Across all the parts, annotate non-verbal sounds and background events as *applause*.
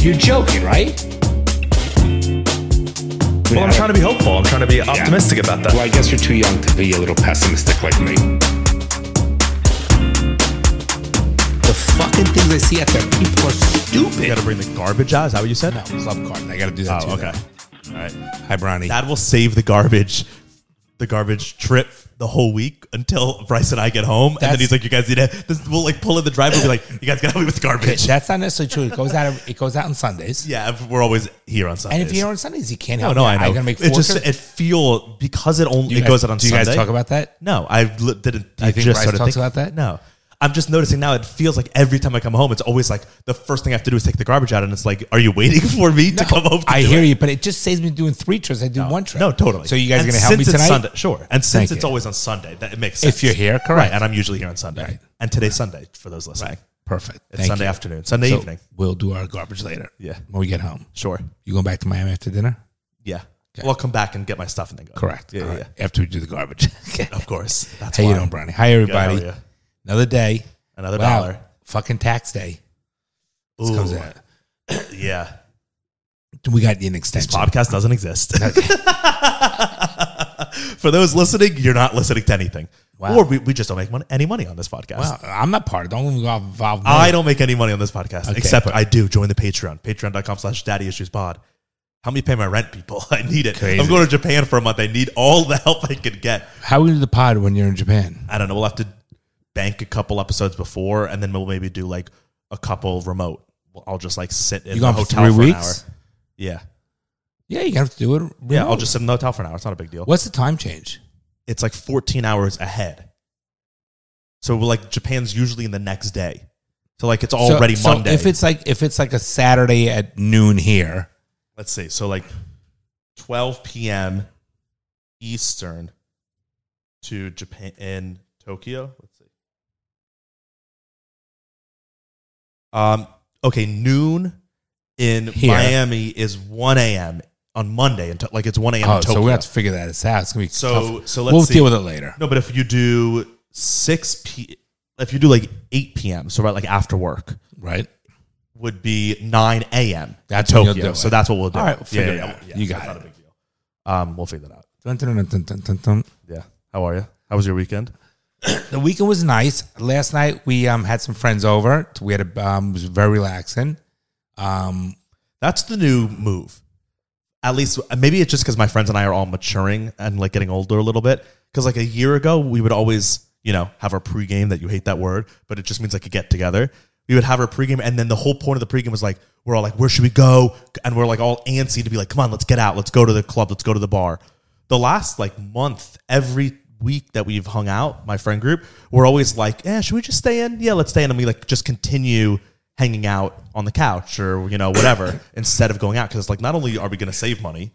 You're joking, right? Well, I'm trying to be hopeful. I'm trying to be optimistic about that. Well, I guess you're too young to be a little pessimistic like me. The fucking things I see out there, people are You stupid. got to bring the garbage out. Is that what you said? Club card. I got to do that Oh, too. okay. though. All right. Hi, Bronny. That will save the garbage, the garbage trip the whole week until Bryce and I get home, and then That's- he's like, "You guys need to." This, we'll like pull in the driveway, and be like, "You guys got to help me with the garbage." That's not necessarily true. It goes out. It goes out on Sundays. *laughs* Yeah, we're always here on Sundays. And if you're on Sundays, you can't no, help. no, me. I know. I'm gonna make four. it just trips. it feel because it only Do it you guys- goes out on Do you Sunday. guys talk about *laughs* that? No, I li- didn't. I think just Bryce talks started thinking- about that? No, I'm just noticing now. It feels like every time I come home, it's always like the first thing I have to do is take the garbage out, and it's like, are you waiting *laughs* for me to come home? To I do hear it? you, but it just saves me doing three trips. I do one trip. No, totally. So you guys And are gonna help me since it's tonight? Sunday, sure. And since Thank it's you. always on Sunday, that it makes sense. If you're here, right? correct. And I'm usually here on Sunday, and today's Sunday for those listening. Perfect. It's Thank Sunday you. afternoon, Sunday So evening. We'll do our garbage later. Yeah. When we get home. Sure. You going back to Miami after dinner? Yeah. Well, I'll come back and get my stuff and then go. Correct. Yeah, All yeah, right. After we do the garbage. *laughs* Okay. yeah. Of course. That's How why. you doing, Bronny? Hi, everybody. Good, how are you? Another day. Another Wow. dollar. Fucking tax day. This comes Ooh, out. Yeah. We got an This extension. podcast *laughs* doesn't exist. *laughs* For those listening, you're not listening to anything. Wow. Or we, we just don't make money, any money on this podcast. Well, I'm not part of it. Don't involve, involve me. I don't make any money on this podcast, Okay. except I do join the Patreon, patreon.com slash daddy issues pod. Help me pay my rent, people. *laughs* I need it. Crazy. I'm going to Japan for a month. I need all the help I can get. How we do the pod when you're in Japan? I don't know. We'll have to bank a couple episodes before, and then we'll maybe do like a couple remote. Well, I'll just like sit You in the gone for hotel three for weeks? an hour. Yeah. Yeah, you have to do it. Yeah. I'll remote. just sit in the hotel for an hour. It's not a big deal. What's the time change? It's like 14 hours ahead. So we're like Japan's usually in the next day. So like it's already So- so Monday. if it's like if it's like a Saturday at noon here, let's see. So like 12 p.m. Eastern to Japan in Tokyo. Let's see. Um. Okay, noon in Here. Miami is 1 a.m. on Monday, and like it's 1 a.m. oh, in Tokyo. so we have to figure that out. It's gonna be So- tough. so let's we'll see. deal with it later. no, but if you do 6 p, if you do like 8 p.m., so right like after work, Right? would be 9 a.m. That's That's when you'll Tokyo. do So it. that's what we'll do. All right, we'll figure it out. You got that's it. Not a big deal. Um, we'll figure that out. Dun, dun, dun, dun, dun, dun, dun. Yeah. How are you? How was your weekend? The weekend was nice. Last night we um, had some friends over. We had a um, it was very relaxing. Um, That's the new move. At least maybe it's just because my friends and I are all maturing and like getting older a little bit. Because like a year ago, we would always you know have our pregame that you hate that word, but it just means like a get together. We would have our pregame, and then the whole point of the pregame was like we're all like, where should we go? And we're like all antsy to be like, come on, let's get out, let's go to the club, let's go to the bar. The last like month, every week that we've hung out, my friend group, we're always like, yeah, should we just stay in? Yeah, let's stay in. And we like just continue hanging out on the couch or, you *coughs* know, whatever, instead of going out. Cause like, not only are we going to save money,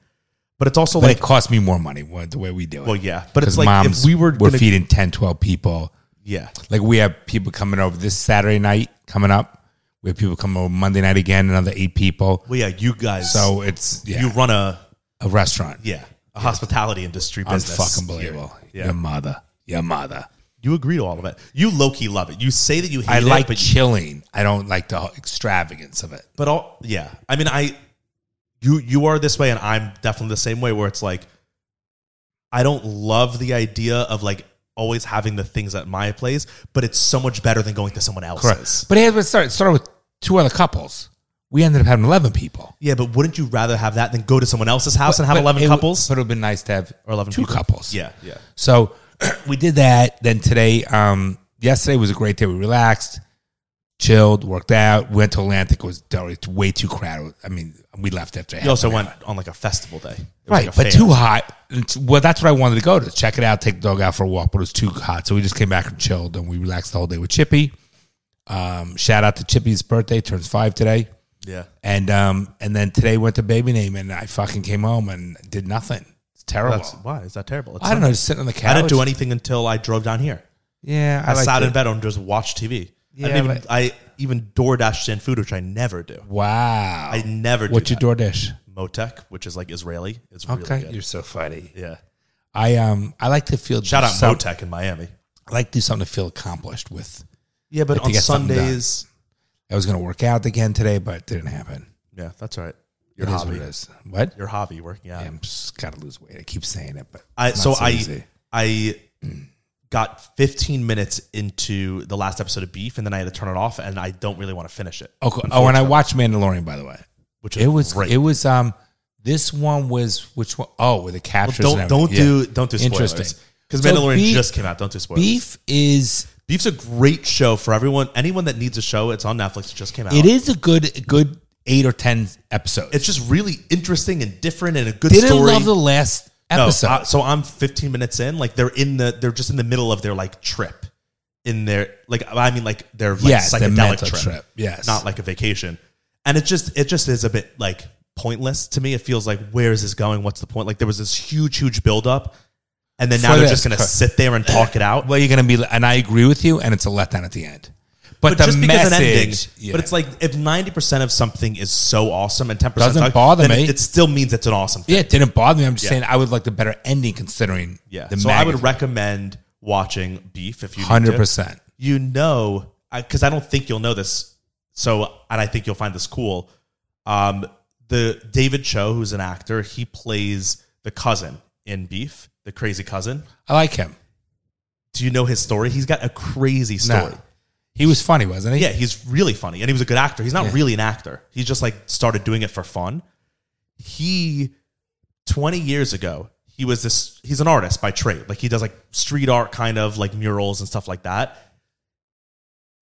but it's also but like, it cost me more money what- the way we do it. well, yeah, but it's 'Cause like if we were, we're gonna- feeding 10, 12 people. yeah, Like we have people coming over this Saturday night coming up. We have people coming over Monday night again. Another eight people. well, yeah, you guys, so So it's yeah, you run a, a restaurant. yeah, a hospitality industry business. Unfucking believable. Yeah. Your mother. Your mother. You agree to all of it. You low key love it. You say that you hate I like it, but chilling. I don't like the whole extravagance of it. but all yeah i mean i you you are this way and i'm definitely the same way where it's like i don't love the idea of like always having the things at my place but it's so much better than going to someone else's But here's what started. It started with two other couples. We ended up having 11 people. yeah but wouldn't you rather have that than go to someone else's house and have But 11 it would- couples But it would have been nice to have or 11 two people? couples. yeah yeah So *clears throat* we did that. Then today, um, yesterday was a great day. We relaxed, chilled, worked out, went to Atlantic. It was it's way too crowded. I mean, we left after half you also an went on like a festival day It was Oh Right, like a but fair. too hot. It's- Well, that's what I wanted to go to. Check it out, take the dog out for a walk, but it was too hot. So we just came back and chilled and we relaxed the whole day with Chippy. Um, shout out to Chippy's birthday, turns five today. yeah And um, and then today went to baby name and I fucking came home and did nothing. It's terrible. that's why is that terrible It's I don't Sunday. know, just sitting on the couch. i didn't do anything until i drove down here Yeah, i, like sat to- in bed and just watched tv Yeah, I, didn't even, but- I even door dashed in food which i never do Wow. i never do What's that. your DoorDash? Motek, which is like Israeli. It's really Okay. good. You're so funny. Yeah. I um I like to feel Shout out some- Motek in Miami. I like to do something to feel accomplished with. Yeah, but to on get something done. Sundays, I was gonna work out again today, but it didn't happen. Yeah, that's all right. It Your is hobby. what it is. What? Your hobby working out. I'm just gotta lose weight. I keep saying it, but I it's so not I easy. I got 15 minutes into the last episode of Beef, and then I had to turn it off, and I don't really want to finish it. Okay. Oh, and I watched Mandalorian by the way. Which It was great. it was um this one was which one oh with the Well, captures. don't and don't everything. do don't do spoilers Interesting. because So Mandalorian Beef- just came out. Don't do Yeah. spoilers. beef is Beef's a great show for everyone. Anyone that needs a show, it's on Netflix. It just came out. it is a good a good eight or ten episodes. It's just really interesting and different and a good Didn't story. love the last No, episode. uh, so I'm 15 minutes in. Like they're in the they're just in the middle of their like trip in their like I mean like their like Yes, their psychedelic mental trip, trip, yes. not like a vacation. And it just it just is a bit like pointless to me. It feels like where is this going? What's the point? Like there was this huge huge buildup, and then now For they're this just gonna cur- sit there and talk it *laughs* out. well, you're gonna be, and I agree with you, and it's a letdown at the end. But, the message, yeah. But it's like if 90 percent of something is so awesome and 10 percent Doesn't bother me. It, it still means it's an awesome. thing. yeah, it didn't bother me. I'm just Yeah. saying I would like the better ending considering. Yeah. the so I would magnitude. recommend watching Beef if you need to. hundred percent. you know, because I, don't think you'll know this. So, and I think you'll find this cool. Um, the David Cho, who's an actor, he plays the cousin in Beef, the crazy cousin. I like him. Do you know his story? He's got a crazy No. story. He was funny, wasn't he? Yeah, he's really funny, and he was a good actor. He's not really an actor. He just like started doing it for fun. He, twenty years ago, he was this. He's an artist by trade. Like he does like street art, kind of like murals and stuff like that.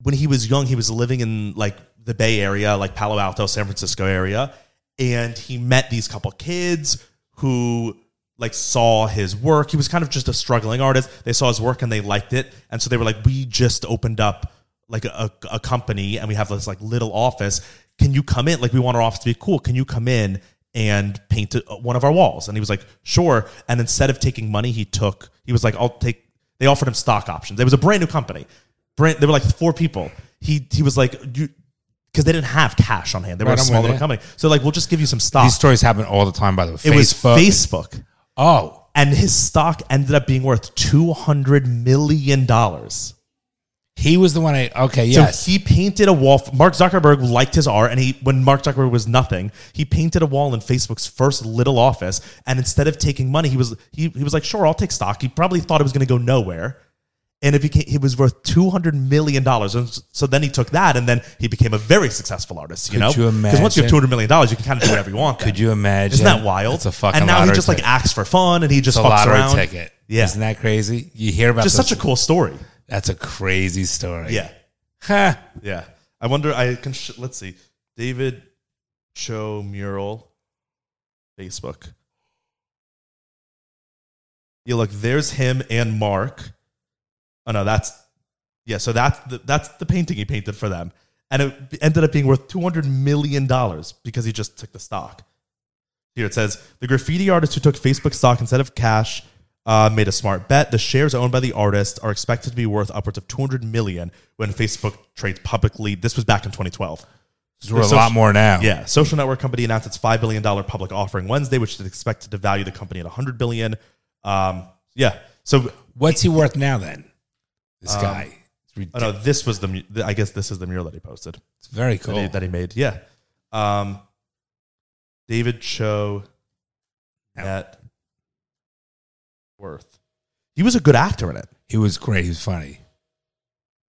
When he was young, he was living in like the Bay Area, like Palo Alto, San Francisco area, and he met these couple kids who like saw his work. He was kind of just a struggling artist. They saw his work and they liked it, and so they were like, "We just opened up like a, a company and we have this like little office. Can you come in? Like we want our office to be cool. Can you come in and paint uh, one of our walls?" And he was like, "Sure." And instead of taking money, he took. He was like, "I'll take." They offered him stock options. It was a brand new company. Brand, they were like four people. He he was like you. Because they didn't have cash on hand, they were Right, a I'm small with little you. company. So like, we'll just give you some stock. These stories happen all the time. By the way, it was Facebook. Facebook oh, and his stock ended up being worth two hundred million dollars. he was the one. I okay, yes. So he painted a wall. Mark Zuckerberg liked his art, and he when Mark Zuckerberg was nothing, he painted a wall in Facebook's first little office. And instead of taking money, he was he, he was like, "Sure, I'll take stock." He probably thought it was going to go nowhere, and if he came, he was worth two hundred million dollars. And s- so then he took that, and then he became a very successful artist. Could You you know, once you have imagine? two hundred million dollars, you can kind of do whatever you want. then. Could you imagine? Isn't that wild? It's a fucking and now he lottery just like ticket. acts for fun, and he just It's a fucks lottery around. ticket. Yeah. isn't that crazy? You hear about Just those- such a cool story. That's a crazy story. Yeah. Huh. Yeah. I wonder. I can. Sh- let's see. David Cho mural, Facebook. Yeah, look. There's him and Mark. Oh no, that's yeah. So that's the, that's the painting he painted for them, and it ended up being worth two hundred million dollars because he just took the stock. Here it says the graffiti artist who took Facebook stock instead of cash uh, made a smart bet. The shares owned by the artist are expected to be worth upwards of 200 million when Facebook trades publicly. This was back in 2012. We're a So- lot more now. Yeah, social network company announced its five billion dollar public offering Wednesday, which is expected to value the company at 100 billion. Um, yeah, so What's he worth now then? This guy. It's, oh ridiculous. no, this was the mu- the- I guess this is the mural that he posted it's very that, cool. he, that he made. Yeah, um, David Cho No. at Worth. He was a good actor in it. he was great. He was funny.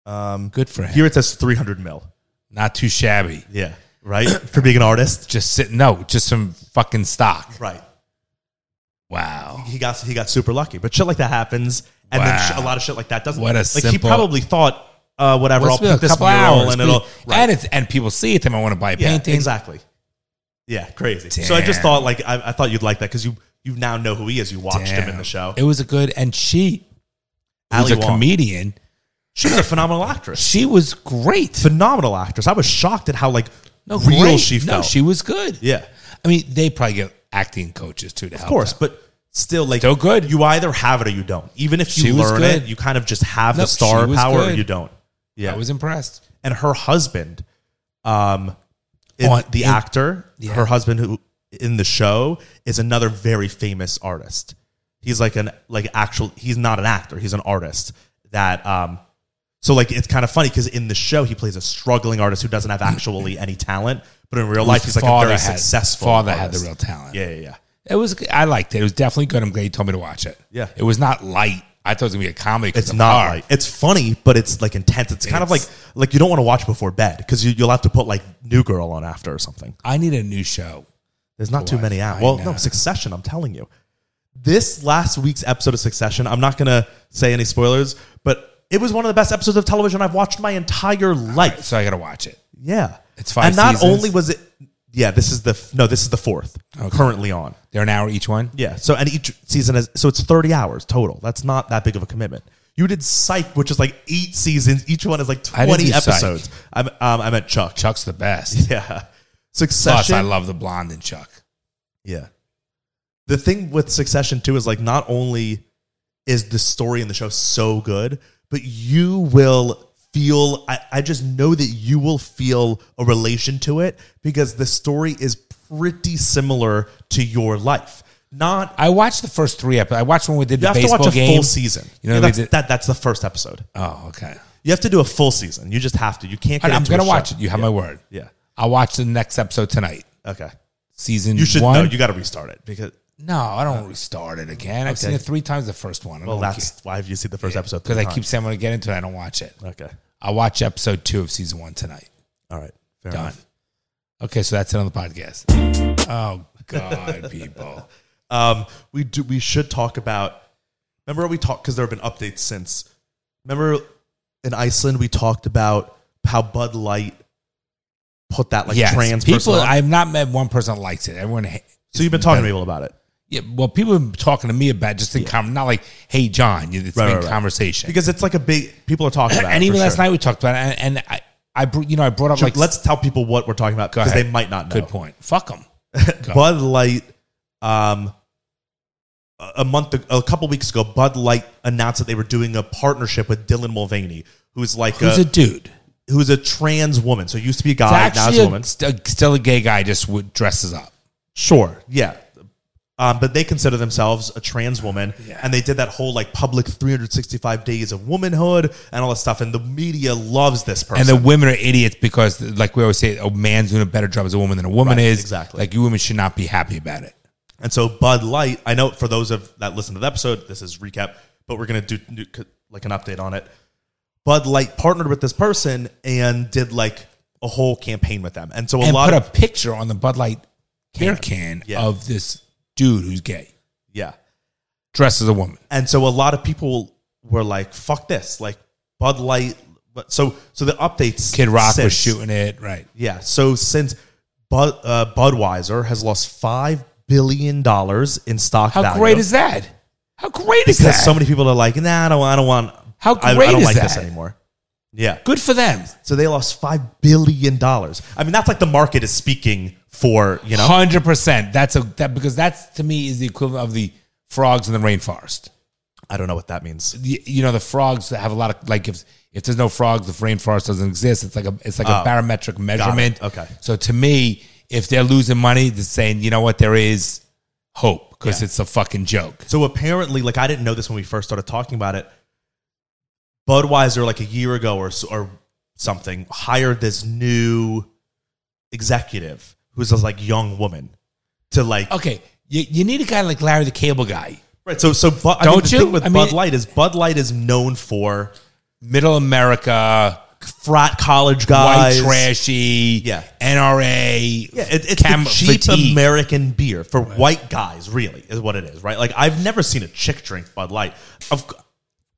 Um, Good for him. here it says 300 mil. Not too shabby. Yeah, *clears throat* right for being an artist. Just sit. No, just some fucking stock. Right. Wow. he got he got super lucky. But shit like that happens, and then Wow. sh- a lot of shit like that doesn't. What a like he simple- probably thought, uh, whatever, Well, it's been I'll a pick this couple mural hours. and it'll right. and, it's, and people see it. They might want to buy yeah, paintings. exactly. Yeah, crazy. So I just Damn. thought like I, I thought you'd like that because you you now know who he is. You watched him Damn. in the show. It was a good. And she, who's Ali a Wong. comedian, She's a phenomenal actress. she was great. Phenomenal actress. I was shocked at how like real great. she No, felt. she was good. yeah, I mean, they probably get acting coaches too to help. of course, but. Still, like Still good. You either have it or you don't. Even if you She was learn good. it, you kind of just have No, the star she was power or good. you don't. Yeah, I was impressed. and her husband, um, in- On- the in- actor, Yeah. her husband who in the show is another very famous artist. He's like an like actual. He's not an actor. He's an artist that um, So like it's kind of funny because in the show he plays a struggling artist who doesn't have actually any talent, but in real life he's like a Father very had- successful. Father had the artist. real talent. Yeah, yeah, yeah. It was. I liked it. It was definitely good. I'm glad you told me to watch it. Yeah. It was not light. I thought it was gonna be a comedy. 'cause It's of not her. like it's funny, but it's like intense. It's kind of like It's- like you don't want to watch before bed because you, you'll have to put like New Girl on after or something. I need a new show. There's not too Boy, many out. I Well, know. no, Succession, I'm telling you. This last week's episode of Succession, I'm not going to say any spoilers, but it was one of the best episodes of television I've watched my entire life. So I gotta watch it. Yeah. It's five And not seasons? only was it Yeah, this is the f- no, this is the fourth currently on. They're an hour each one. Yeah. So and each season is so it's 30 hours total. That's not that big of a commitment. You did Psych, which is like eight seasons. Each one is like I didn't 20 do Psych. episodes. I'm um, I'm at Chuck. *laughs* Chuck's the best. Yeah. Plus, Succession. I love the blonde in Chuck. Yeah. The thing with Succession too is like not only is the story in the show so good, but you will feel I, I just know that you will feel a relation to it because the story is pretty similar to your life. Not I watched the first three episodes. I watched when we did you the have to baseball watch a game. full season. You know, Yeah, they that's, did- that, that's the first episode. oh, okay. You have to do a full season. You just have to. You can't get I'm into gonna a watch show. it. You have my word. Yeah. I'll watch the next episode tonight. Okay. Season You should one. know. You got to restart it because no, I don't restart it again. I've seen Okay. it three times. The first one. well, that's why you see the first episode because three I keep times. saying I'm gonna get into it. I don't watch it. Okay. I'll watch episode two of season one tonight. All right. Fair Done. enough. Okay, so that's it on the podcast. Oh *laughs* God, people. Um, we do. We should talk about. Remember we talked because there have been updates since. Remember in Iceland we talked about how Bud Light put that like yes, trans people. person. on. I've not met one person that likes it. Everyone. ha- so you've been talking to people about it Yeah, well, people have been talking to me about just in com- not like, hey, John, you- it's Right, been right, right. conversation. because it's like a big. People are talking about. and it even for last sure. night we talked about it, and, and I, I, br- you know, I brought up like Like, let's tell people what we're talking about because ahead. they might not know. good point. Fuck them. Bud Light, um, a a month, ag- a couple weeks ago, Bud Light announced that they were doing a partnership with Dylan Mulvaney, who's like Who's a, a dude? who's a trans woman. So used to be a It's guy, now is actually a a- woman. st- still a gay guy, just w- dresses up. Sure, yeah. Um, but they consider themselves a trans woman, Yeah. and they did that whole like public 365 days of womanhood and all this stuff. And the media loves this And person. the women are idiots because, like we always say, a man's doing a better job as a woman than a woman Right, is. exactly. Like you women should not be happy about it. And so Bud Light, I know for those of that listen to the episode, this is recap, but we're gonna do new, like an update on it. Bud Light partnered with this person and did like a whole campaign with them, and so a and lot put of a picture on the Bud Light beer can Yeah. of this dude who's gay, yeah, dressed as a woman. and so a lot of people were like, "Fuck this!" Like Bud Light. But so so the updates. Kid Rock was since- shooting it, right? Yeah. So since Bud uh, Budweiser has lost five billion dollars in stock How value, great is that? How great is that? because so many people are like, "Nah, I don't, I don't want." How I, I great don't is like this that? anymore. Yeah. Good for them. So they lost five billion dollars. I mean, that's like the market is speaking for you know. Hundred percent. That's a that because that's to me is the equivalent of the frogs in the rainforest. I don't know what that means. You, you know the frogs that have a lot of like if if there's no frogs, the rainforest doesn't exist. It's like a it's like a barometric measurement. Oh. Okay. So to me, if they're losing money, they're saying you know what there is hope because Yeah. it's a fucking joke. So apparently, like I didn't know this when we first started talking about it. Budweiser, like a year ago or s- or something, hired this new executive who's this like young woman to like. Okay, you, you need a guy like Larry the Cable Guy, Right. So so Bud, I mean, Don't the you? thing with I mean- Bud Light is Bud Light is known for middle America, frat college white guys, trashy, Yeah. NRA, Yeah, it, it's cam- the cheap fatigue. American beer for white guys, really, is what it is, right? Like, I've never seen a chick drink Bud Light. Of c-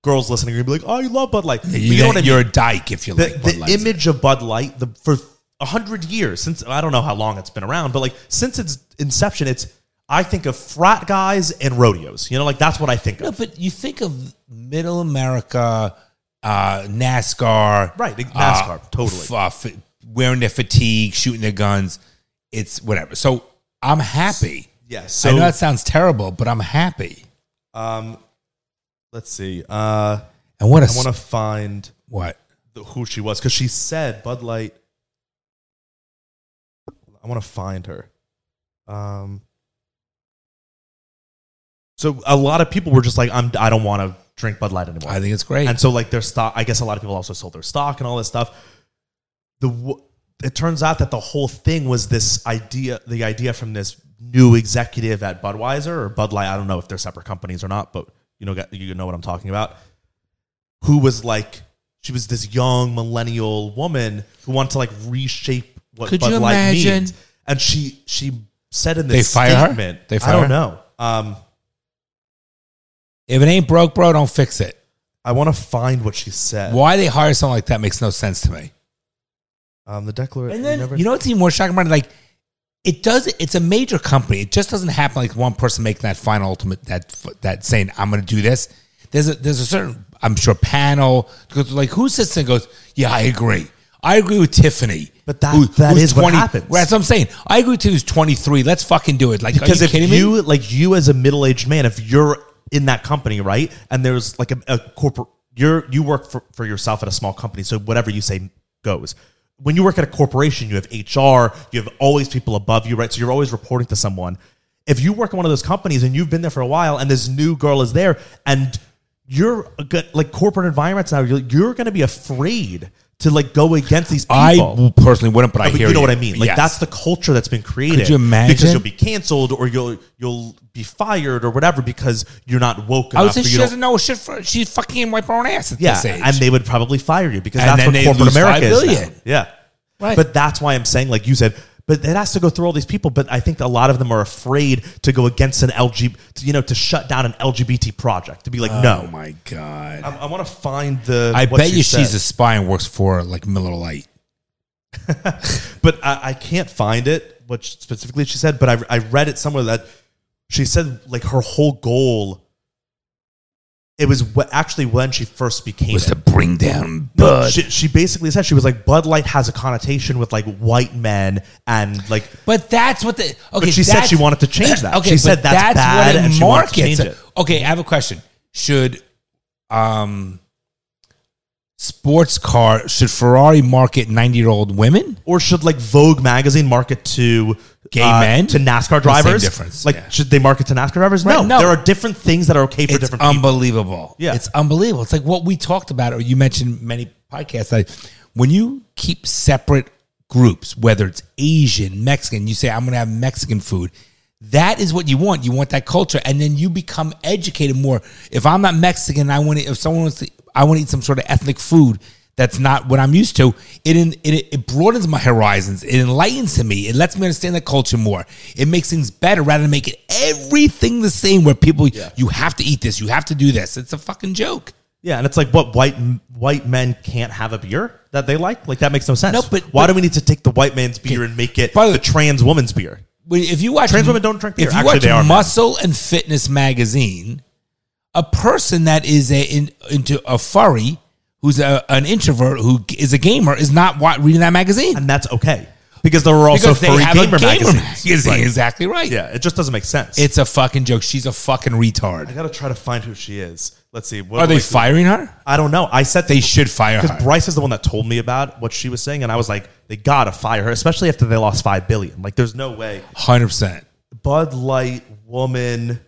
girls listening are gonna be like, "Oh, you love Bud Light." But You, you know what I mean? are a dyke if you The, like Bud the Light. image of Bud Light the, for a hundred years since I don't know how long it's been around, but like since its inception, it's I think of frat guys and rodeos. You know, like that's what I think No, of. but you think of middle America, uh, NASCAR. uh, Right, NASCAR, totally. f- uh, f- wearing their fatigue, shooting their guns. It's whatever. So I'm happy. Yeah. I know So that sounds terrible, but I'm happy. um, let's see. Uh, And what a. I want to s- find. what? the, who she was because she said Bud Light. I want to find her. Um, so a lot of people were just like, "I'm I don't want to drink Bud Light anymore. I think it's great. And so like their stock, I guess a lot of people also sold their stock and all this stuff. The w- it turns out that the whole thing was this idea, the idea from this new executive at Budweiser or Bud Light. I don't know if they're separate companies or not, but you know you know what I'm talking about. Who was like she was this young millennial woman who wanted to like reshape what Could Bud you Light imagine- means, and she she said in They this fire her? statement, They I fire don't her? know. Um, if it ain't broke, bro, don't fix it. I want to find what she said. Why they hire someone like that makes no sense to me. Um, the declaration. And then you know what's even more shocking about it? Like it does. It's a major company. It just doesn't happen like one person making that final ultimate that that saying I'm going to do this. There's a there's a certain I'm sure panel because like who sits there and goes yeah I agree I agree with Tiffany But that- that who's is what happens. Well, that's what I'm saying I agree with who's 23 let's fucking do it like because are you if kidding me you like you as a middle-aged man if you're in that company right and there's like a, a corporate you're you work for, for yourself at a small company so whatever you say goes when you work at a corporation you have hr you have always people above you right so you're always reporting to someone if you work in one of those companies and you've been there for a while and this new girl is there and you're a good, like corporate environments now you're, you're going to be afraid to like go against these people I personally wouldn't but I but hear you know what I mean. Like Yes. that's the culture that's been created. Could you imagine? Because you'll be canceled or you'll you'll be fired or whatever because you're not woke enough. I would say or you she don't- doesn't know shit for she's fucking wipe her own ass at yeah, this age and they would probably fire you because And that's then what they corporate lose America five is. now. billion. Yeah, Right. But that's why I'm saying, like you said, but it has to go through all these people. But I think a lot of them are afraid to go against an LG, to, you know, to shut down an LGBT project to be like, oh no. my god I, want to find the. I what bet she you said. she's a spy and works for like Miller Lite. but I, I can't find it what sh- specifically she said but I, I read it somewhere that she said like her whole goal it was what actually when she first became was it. to bring down No, Bud. she, she basically said she was like Bud Light has a connotation with like white men and like but that's what the okay. but she said that's- she wanted *coughs* to change *clears throat* that. Okay, she but said that's, bad and she wanted to change it. Okay, I have a question. Should um sports car should Ferrari market ninety year old women? Or should like Vogue magazine market to uh, Gay men? to NASCAR same drivers? difference, Like yeah. should they market to NASCAR drivers? Right, no, no. there are different things that are okay for It's different people. unbelievable. Yeah. it's unbelievable. It's like what we talked about, or you mentioned many podcasts. Like when you keep separate groups, whether it's Asian, Mexican, you say I'm going to have Mexican food. That is what you want. You want that culture, and then you become educated more. If I'm not Mexican, I want to, if someone wants to, I want to eat some sort of ethnic food that's not what I'm used to. It in, it it broadens my horizons. It enlightens to me. It lets me understand the culture more. It makes things better rather than making everything the same. Where people, you have to eat this, you have to do this. It's a fucking joke. Yeah, and it's like what white white men can't have a beer that they like. Like that makes no sense. No, but- why but- do we need to take the white man's beer and make it By the- the trans woman's beer? When- If you watch Trans women don't drink beer. If you Actually, watch they are men. Muscle and Fitness magazine, a person that is a in, into a furry who's a, an introvert who g- is a gamer is not wa- reading that magazine And that's okay because there are also because they furry have gamer, a gamer magazines. magazine. Right. Exactly right. Yeah, it just doesn't make sense. It's a fucking joke. She's a fucking I retard. gotta try to find who she is. Let's see. What Are they like- firing her? I don't know. I said They should fire because her. Bryce is the one that told me about what she was saying, and I was like, they gotta fire her, especially after they lost five billion. Like, there's no way. Hundred percent. Bud Light woman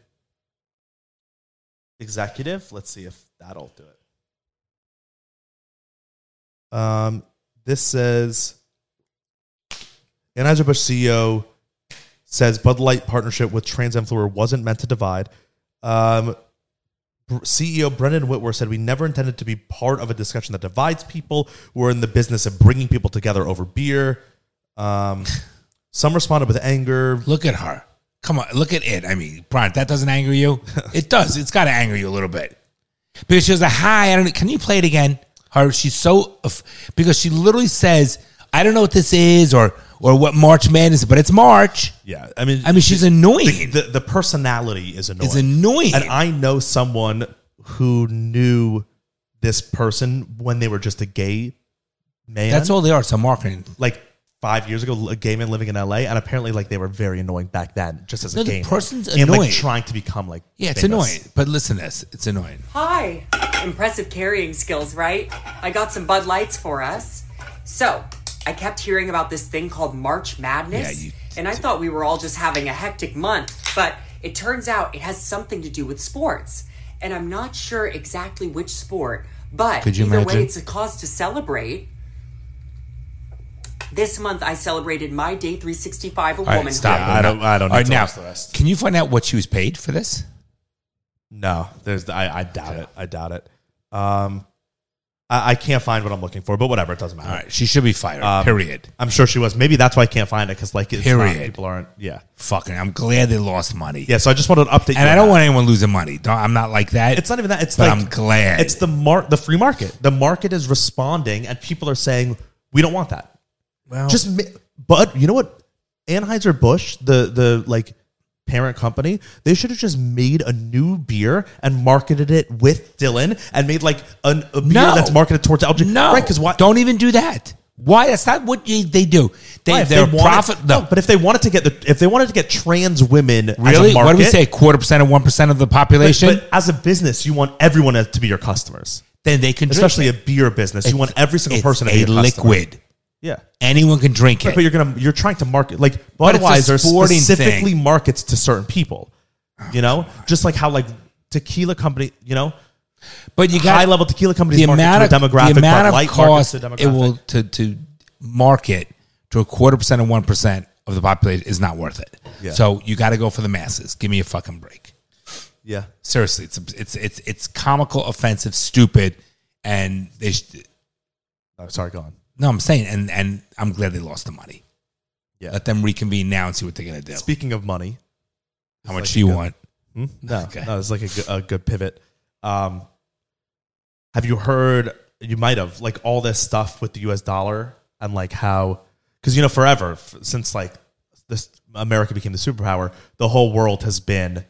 executive. Let's see if that'll do it. Um, this says Anheuser Busch CEO says Bud Light partnership with trans influencer wasn't meant to divide. Um, Br- CEO Brendan Whitworth said, We never intended to be part of a discussion that divides people. We're in the business of bringing people together over beer. Um, *laughs* some responded with anger. Look at her. Come on, look at it. I mean, Brian, that doesn't anger *laughs* you. It does. It's got to anger you a little bit because she was like, "Hi, I don't. Can you play it again?" Her, she's so aff- because she literally says, "I don't know what this is or or what March Madness, is, but it's March." Yeah, I mean, I mean, she's the, annoying. the, the personality is annoying. It's annoying. and I know someone who knew this person when they were just a gay man. That's all they are. Some marketing. Like five years ago, a gay man living in L.A. And apparently, like they were very annoying back then, just as No, a the gay man. person's and annoying. like trying to become like Yeah, it's famous. annoying. But listen, to this it's annoying. Hi. Impressive carrying skills, right? I got some Bud Lights for us. So, I kept hearing about this thing called March Madness, Yeah, you- and I thought we were all just having a hectic month, but it turns out it has something to do with sports. and I'm not sure exactly which sport, but Could you either imagine? way, it's a cause to celebrate. This month, I celebrated my day 365 a All woman. right, stop. Yeah, I don't- I don't All right, need to now, watch the rest. can you find out what she was paid for this? No, there's. I, I doubt it. I doubt it. Um, I, I can't find what I'm looking for, but whatever. It doesn't matter. All right, she should be fired. Um, period. I'm sure she was. Maybe that's why I can't find it because like it's not- Period. people aren't. Yeah. Fucking, I'm glad they lost money. Yeah. So I just wanted to update. and you I on don't that. want anyone losing money. Don't- I'm not like that. It's not even that. It's But like I'm glad. It's the mar- the free market. The market is responding, and people are saying we don't want that. well, Just ma- but you know what? Anheuser Busch, the the like parent company, they should have just made a new beer and marketed it with Dylan and made like an, a beer No. that's marketed towards LG. no, right? Because why? Don't even do that. Why? That's not what you, they do. They, why? If they're wanted- profit. no, but if they wanted to get the if they wanted to get trans women as a really, what do we market- say? Quarter percent or one percent of the But, population? but as a business, you want everyone to be your customers, then they can, drink especially it. a beer business. You want every single It's person to be a a customer. liquid. Yeah. Anyone can drink it. But you're gonna you're trying to market like But it's a Budweiser sporting specifically markets to certain people. You know, just like how like tequila company, you know, But you got high level tequila companies the market amount of to a demographic, the amount but of light cost markets to it demographic. will to to market to a quarter percent or one percent of the population is not worth it. Yeah. So you got to go for the masses. Give me a fucking break. yeah. Seriously, it's it's it's it's comical, offensive, stupid, and they. Sh- Oh, sorry, go on. no, I'm saying, and and I'm glad they lost the money. Yeah. Let them reconvene now and see what they're gonna do. Speaking of money, How much like do a you good- want? Hmm? No, Okay. no, it's like a, good- a good pivot. Um, have you heard? You might have like all this stuff with the U.S. dollar and like how because you know forever f- since like this America became the superpower, the whole world has been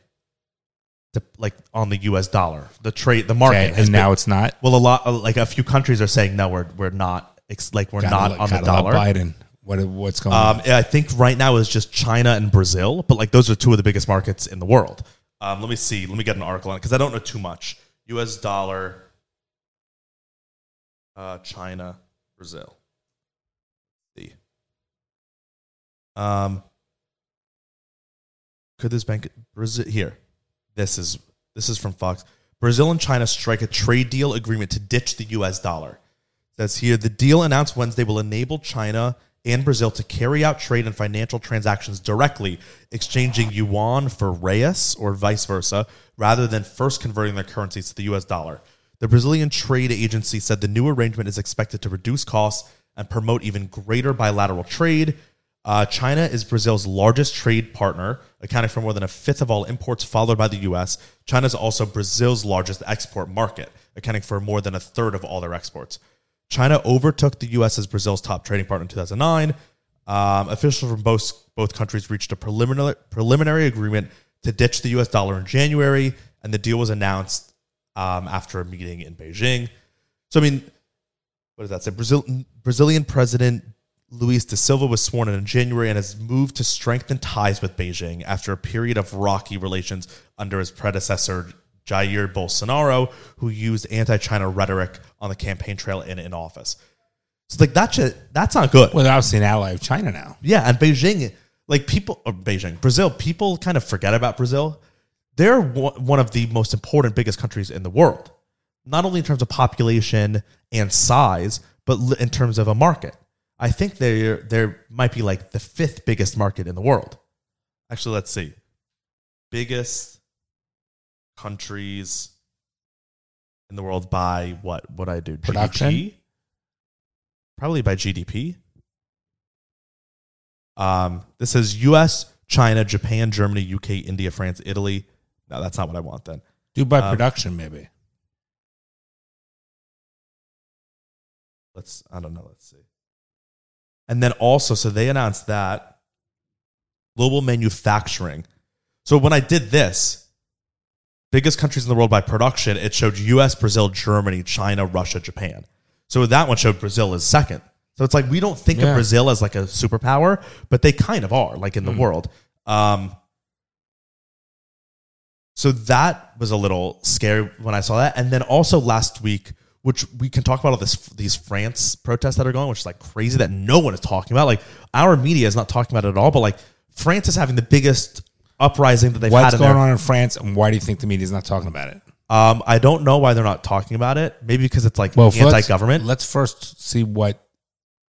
de- like on the U.S. dollar. The trade, the market, Okay, has and been- now it's not. well, a lot like a few countries are saying no, we're we're not ex- like we're not Gotta- on the gotta love dollar. Biden. What what's going on? Um, and I think right now is just China and Brazil, but like those are two of the biggest markets in the world. Um, let me see. Let me get an article on it because I don't know too much. U.S. dollar, uh, China, Brazil. Let's see. Um, could this bank Brazil here? This is this is from Fox. Brazil and China strike a trade deal agreement to ditch the U.S. dollar says here the deal announced Wednesday will enable China and Brazil to carry out trade and financial transactions directly, exchanging yuan for reais or vice versa, rather than first converting their currencies to the US dollar. The Brazilian Trade Agency said the new arrangement is expected to reduce costs and promote even greater bilateral trade. Uh, China is Brazil's largest trade partner, accounting for more than a fifth of all imports, followed by the U.S. China is also Brazil's largest export market, accounting for more than a third of all their exports. China overtook the U.S. as Brazil's top trading partner in 2009. Um, officials from both both countries reached a preliminary preliminary agreement to ditch the U.S. dollar in January, and the deal was announced um, after a meeting in Beijing. So, I mean, what does that say? Brazil, Brazilian President Luis da Silva was sworn in in January and has moved to strengthen ties with Beijing after a period of rocky relations under his predecessor, Jair Bolsonaro, who used anti China rhetoric on the campaign trail and in office. So, like, that shit, that's not good. well, they're obviously an ally of China now. Yeah, and Beijing, like people, or Beijing, Brazil, people kind of forget about Brazil. They're one one of the most important, biggest countries in the world, not only in terms of population and size, but li- in terms of a market. I think they're they might be like the fifth biggest market in the world. Actually, let's see, biggest countries in the world by what? What I do? Production? GDP? Probably by GDP. Um, this says U.S., China, Japan, Germany, U.K., India, France, Italy. No, that's not what I want. Then Do by Um, production, maybe. let's. I don't know. Let's see. And then also, so they announced that global manufacturing. So when I did this, biggest countries in the world by production, it showed U.S., Brazil, Germany, China, Russia, Japan. So that one showed Brazil as second. So it's like we don't think Yeah. of Brazil as like a superpower, but they kind of are, like in the world. Um, So that was a little scary when I saw that. And then also last week, which we can talk about all this these France protests that are going, which is like crazy that no one is talking about. Like our media is not talking about it at all, but like France is having the biggest uprising that they've What's had in going their, on in France, and why do you think the media's not talking about it? Um, I don't know why they're not talking about it. Maybe because it's like Well, first- anti-government. Let's first see what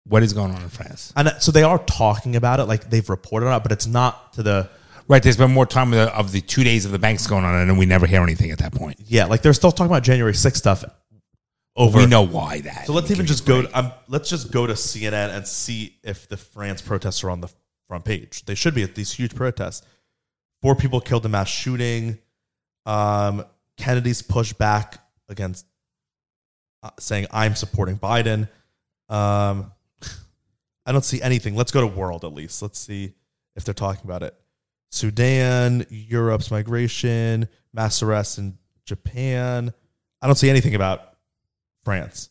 what is going on in France. and uh, so they are talking about it, like they've reported on it, but it's not to the Right, they spend more time of the, of the two days of the banks going on, and then we never hear anything at that point. yeah. Like they're still talking about January 6th stuff over. We know why that. So let's even just go. To, um, let's just go to CNN and see if the France protests are on the front page. They should be at these huge protests. Four people killed in mass shooting. Um, Kennedy's pushback against uh, saying I'm supporting Biden. Um, I don't see anything. Let's go to World at least. Let's see if they're talking about it. Sudan, Europe's migration, mass arrests in Japan. I don't see anything about France.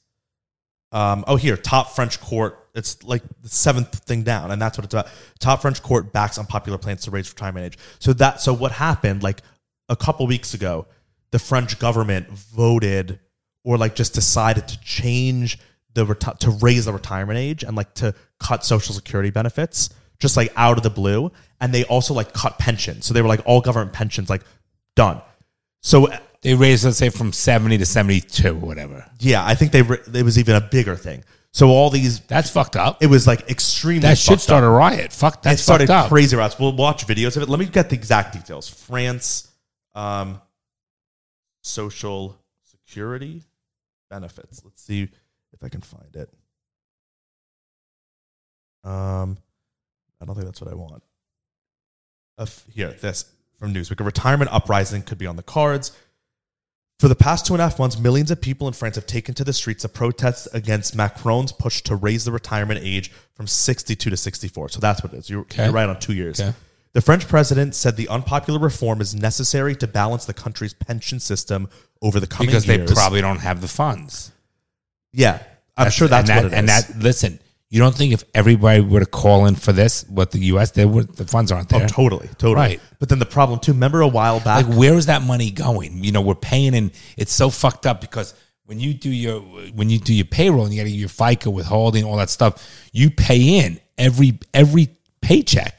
Um, oh, here, top French court. It's like the seventh thing down, and that's what it's about. Top French court backs unpopular plans to raise retirement age. So that, so what happened? Like a couple weeks ago, the French government voted, or like just decided to change the reti- to raise the retirement age and like to cut social security benefits, just like out of the blue. And they also like cut pensions. So they were like all government pensions, like done. So They raised, let's say, from seventy to seventy-two, or whatever. yeah, I think they re- it was even a bigger thing. So all these That's fucked up. it was like extremely that should fucked up. start a riot. Fuck, it that's started fucked up. crazy routes we'll watch videos of it let me get the exact details france um, social security benefits let's see if i can find it um, i don't think that's what i want Uh, f- here this from newsweek a retirement uprising could be on the cards for the past two and a half months, millions of people in France have taken to the streets to protest against Macron's push to raise the retirement age from 62 to 64. So that's what it is. You're, Okay. you're right on two years. Okay. The French president said the unpopular reform is necessary to balance the country's pension system over the coming because years. they probably don't have the funds. yeah, I'm sure that's and what that, it is. And that, listen, you don't think if everybody were to call in for this, what the U.S. they would, the funds aren't there. oh, totally, totally. Right. But then the problem too. Remember a while back, Like, where is that money going? You know, we're paying, and it's so fucked up because when you do your when you do your payroll and you got to do your FICA withholding, all that stuff, you pay in every every paycheck.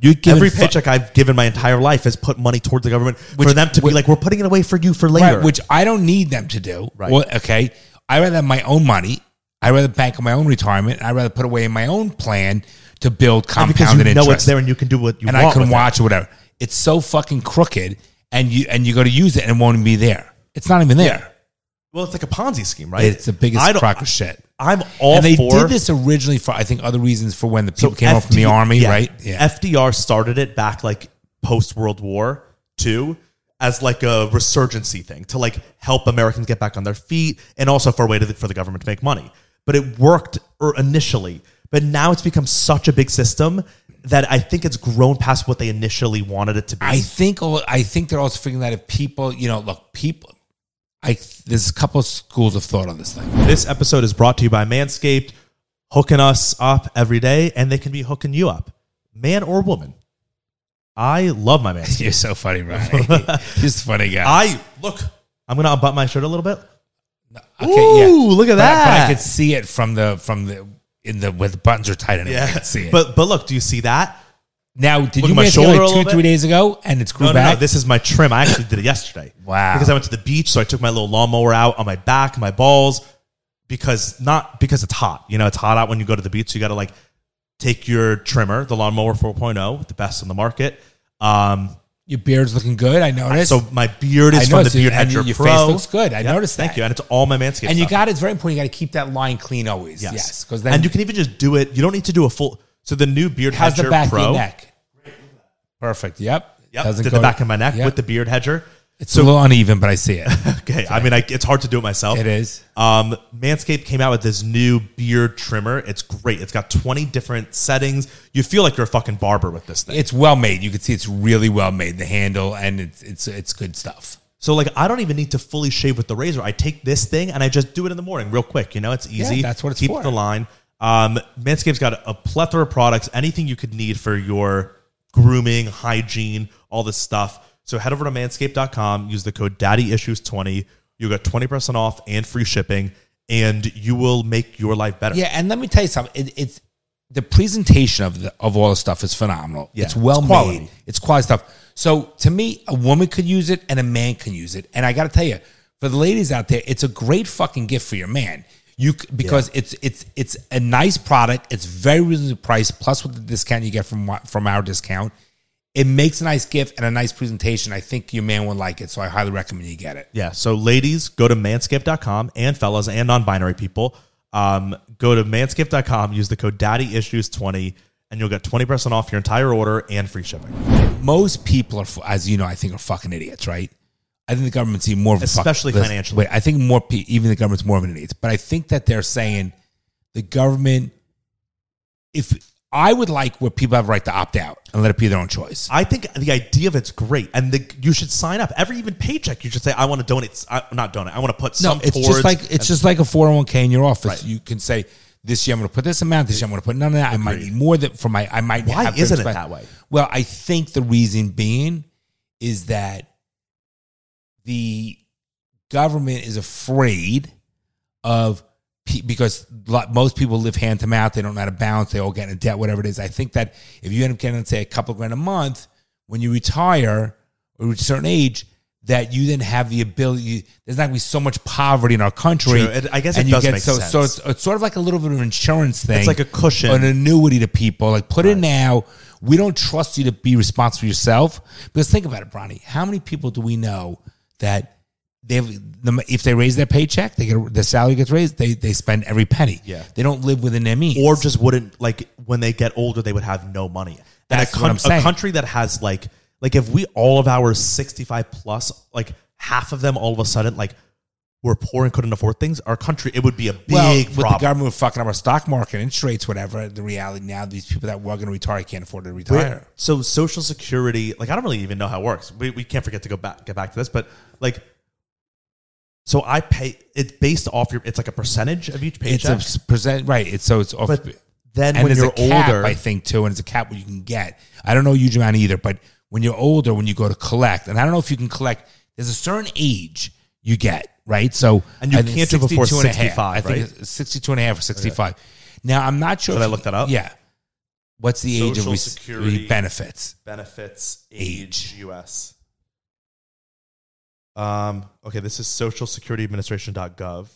You every paycheck I've given my entire life has put money towards the government Which- for them to which- be like, we're putting it away for you for later. Right, which I don't need them to do. Right. Well, okay. I rather have my own money. I rather bank on my own retirement. I rather put away in my own plan to build And compounded because you know interest. it's there and you can do what you and want. I can with it. watch or whatever. It's so fucking crooked, and you and you go to use it and it won't be there. It's not even there. Well, it's like a Ponzi scheme, right? It's the biggest I don't- crock of shit. I'm all and they for did this originally for I think other reasons for when the people came off from the FD army, E, yeah, right? Yeah, FDR started it back like post World War II as like a resurgency thing to like help Americans get back on their feet and also for a way to, for the government to make money. But it worked or initially, but now it's become such a big system that I think it's grown past what they initially wanted it to be. I think all- I think they're also figuring that if people, you know, look, people. I there's a couple of schools of thought on this thing. This episode is brought to you by Manscaped, hooking us up every day, and they can be hooking you up, man or woman. I love my *laughs* Manscaped. You're so funny, *laughs* Ronnie. Just funny guy. I look. I'm gonna unbutton my shirt a little bit. Okay, Ooh, look at But I- But I that. could see it from the from the in the where the buttons are tight anyway. I could see it. But but look, do you see that? Now, did Look you at my make it shoulder a like little two, bit. three days ago, and it's grew No, no, back? no, This is my trim. I actually did it yesterday. *laughs* Wow. Because I went to the beach, so I took my little lawnmower out on my back, my balls, because not because it's hot. You know, it's hot out when you go to the beach. So you got to like take your trimmer, the lawnmower 4.0, the best on the market. Um, Your beard's looking good. I noticed. so my beard I is from the noticed it, Beard and Hedger your Pro. face looks good. I noticed Thank that. you, and it's all my Manscaped. and you stuff. got it's very important. You got to keep that line clean always. Yes, because then and you can even just do it. You don't need to do a full. So the new Beard how's Hedger the back Pro. of your neck? Perfect. Yep. Yep, Doesn't did go- the back of my neck Yep. with the beard hedger. It's a little uneven, but I see *laughs* it. Okay, I mean, I, it's hard to do it myself. it is. Um, Manscaped came out with this new beard trimmer. It's great. It's got 20 different settings. You feel like you're a fucking barber with this thing. It's well made. You can see it's really well made. The handle and it's it's it's good stuff. so like, I don't even need to fully shave with the razor. I take this thing and I just do it in the morning, real quick. You know, it's easy. that's what it's Keep for. the line. Um, Manscaped's got a plethora of products. Anything you could need for your grooming, hygiene, all this stuff. So head over to manscaped.com. Use the code DaddyIssues20. You got 20% off and free shipping, and you will make your life better. Yeah, and let me tell you something. It, it's the presentation of the, of all the stuff is phenomenal. Yeah, it's well it's quality. made. It's quality stuff. So to me, a woman could use it and a man can use it. And I got to tell you, for the ladies out there, it's a great fucking gift for your man. You c- because it's it's it's a nice product. It's very reasonably priced. Plus, with the discount you get from wa- from our discount, it makes a nice gift and a nice presentation. I think your man would like it. So I highly recommend you get it. Yeah. So, ladies, go to manscaped.com and fellas and non binary people. Um, go to manscaped.com, use the code daddyissues20, and you'll get 20% off your entire order and free shipping. most people are, as you know, I think are fucking idiots, right? I think the government's even more of a fuck- Especially listen, financially. Wait, I think more pe- even the government's more of an idiot. But I think that they're saying the government. If I would like where people have a right to opt out and let it be their own choice, I think the idea of it's great, and the, you should sign up every even paycheck. You should say, "I want to donate." I, not donate. I want to put some. no, it's towards- just like it's just like a four hundred one k in your office. You can say this year I'm going to put this amount. This year I'm going to put none of that. I might need more than for my. I might. Why have isn't it 35 that way? Well, I think the reason being is that the government is afraid of pe- because lo- most people live hand to mouth. They don't know how to balance. They all get in debt, whatever it is. I think that if you end up getting, say, a couple grand a month when you retire or reach a certain age, that you then have the ability. There's not going to be so much poverty in our country. True. It- I guess it and does make so, sense. So it's, it's sort of like a little bit of an insurance thing. It's like a cushion. An annuity to people. Like put it now. We don't trust you to be responsible yourself. Because think about it, Bronny. How many people do we know that they have, the- if they raise their paycheck, they get their salary gets raised. They they spend every penny. Yeah. they don't live within their means. or just wouldn't like when they get older they would have no money and That's a, what I'm a saying. country that has like like if we all of our 65 plus like half of them all of a sudden like were poor and couldn't afford things our country it would be a big well, with the problem government fucking up our stock market, interest rates, whatever. The reality now, these people that were going to retire can't afford to We're- retire. so social security like i don't really even know how it works we, we can't forget to go back get back to this but like so i pay it's based off your it's like a percentage of each It's paycheck a s- percent, right? It's so it's off. but then and when there's you're a cap, older I think too, and it's a cap where you can get. I don't know a huge amount either, but when you're older, when you go to collect, and I don't know if you can collect. There's a certain age you get, right? So And you I think can't do before 62 and a half. 65, I think right? it's 62 and a half or 65. Now I'm not sure. Should if I you- look that up? Yeah. What's the age of Social re- Security. benefits? benefits Age. age US. Um, okay, this is Social Security Administration.gov.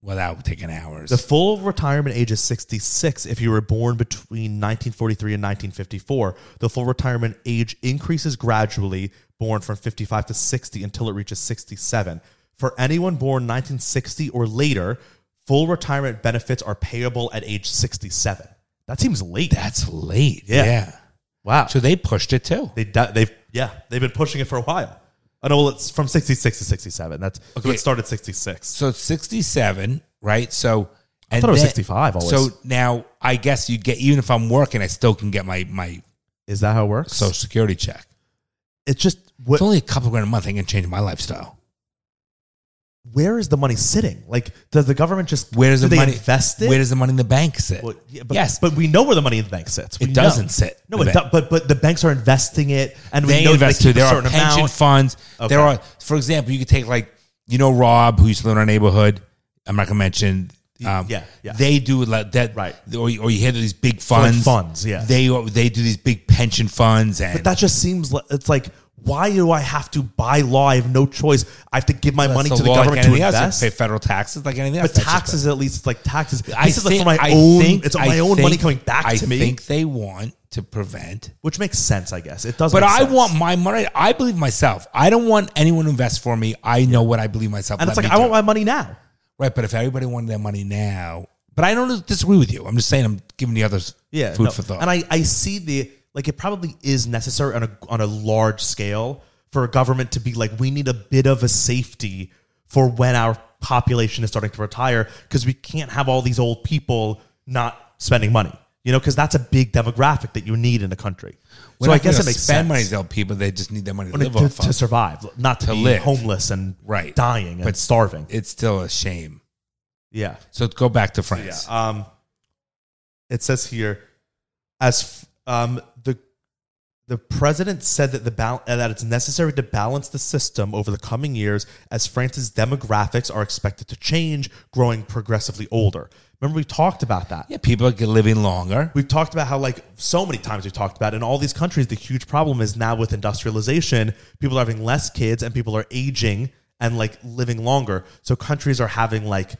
Well, that would take an hour. The full retirement age is 66 if you were born between 1943 and 1954. The full retirement age increases gradually, born from 55 to 60 until it reaches 67. For anyone born 1960 or later, full retirement benefits are payable at age 67. That seems late. That's late. Yeah. wow. So they pushed it too. They di- they've yeah they've been pushing it for a while. I know well, it's from sixty six to sixty seven. That's so Okay. it started sixty six. So it's 67, right? So and thought it was 65 always. So now I guess you get even if I'm working, I still can get my my Is that how it works? social security check. it's just what, It's only a couple grand a month. I can change my lifestyle. where is the money sitting? Like does the government just Where does do the they money invest it? Where does the money in the bank sit? Well, yeah, but, yes, but but we know where the money in the bank sits. We It know. doesn't sit in No, the it do, bank. but but the banks are investing it, and we they know invest they too. keep There a are certain pension amount. funds. There Okay. are, for example, you could take like you know Rob, who used to live in our neighborhood. I'm not gonna mention. Um, yeah, yeah. They do like that, Right. Or, or you hear these big like funds. funds, yeah. They they do these big pension funds, and But that just seems like it's like why do I have to by law? I have no choice. I have to give my money That's to a the law like government to anything else. You invest. Pay federal taxes like anything else. But That's just taxes, at least, it's like taxes. This I is like think- for my I own. think- it's I my own money think- coming back I to me, think they want to prevent. which makes sense, I guess. It does. But make I sense. want my money. I believe myself. I don't want anyone to invest for me. I know what I believe myself. and it's Let like me I do want it. my money now. right. But if everybody wanted their money now, but I don't disagree with you. I'm just saying I'm giving the others Yeah, food no. for thought. And I, I see the like it probably is necessary on a on a large scale for a government to be like we need a bit of a safety for when our population is starting to retire because we can't have all these old people not spending money. You know, because that's a big demographic that you need in a country. We're so not I guess gonna it makes spend sense. money to help people. They just need their money to to, live off to of. survive, not to, To be live. homeless and Right. dying and But- starving. It's still a shame. yeah, So go back to yeah. France. Um, it says here, as f- um, the the president said that the bal- uh, that it's necessary to balance the system over the coming years as France's demographics are expected to change, growing progressively older. Remember we talked about that. Yeah, people are living longer. We've talked about how like so many times we've talked about in all these countries the huge problem is now with industrialization, people are having less kids and people are aging and like living longer. So countries are having like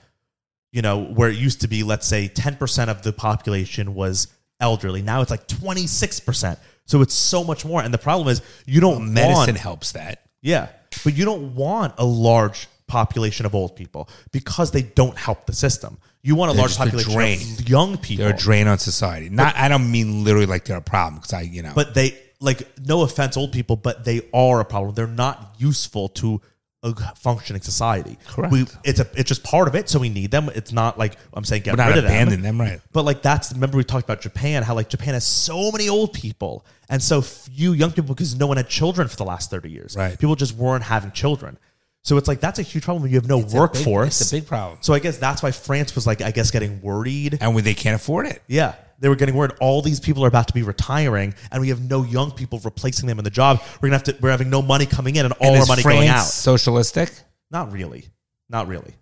you know, where it used to be let's say 10% of the population was elderly. Now it's like 26%. So it's so much more and the problem is you don't Medicine want helps that. yeah. But you don't want a large population of old people because they don't help the system. You want a large just a population drain. of young people. They're a drain on society. Not, I don't mean literally like they're a problem because I, you know, but they like no offense old people but they are a problem they're not useful to a functioning society Correct. we, it's a it's just part of it so we need them it's not like i'm saying get we're not rid of abandoning them them. right? but like that's remember we talked about japan how like japan has so many old people and so few young people because no one had children for the last 30 years Right. people just weren't having children so it's like that's a huge problem you have no It's a big- workforce It's a big problem. so i guess that's why france was like i guess getting worried And when they can't afford it, yeah. They were getting word all these people are about to be retiring, and we have no young people replacing them in the job. We're gonna have to. We're having no money coming in, and all And our is money France going out. Socialistic. Not really. Not really.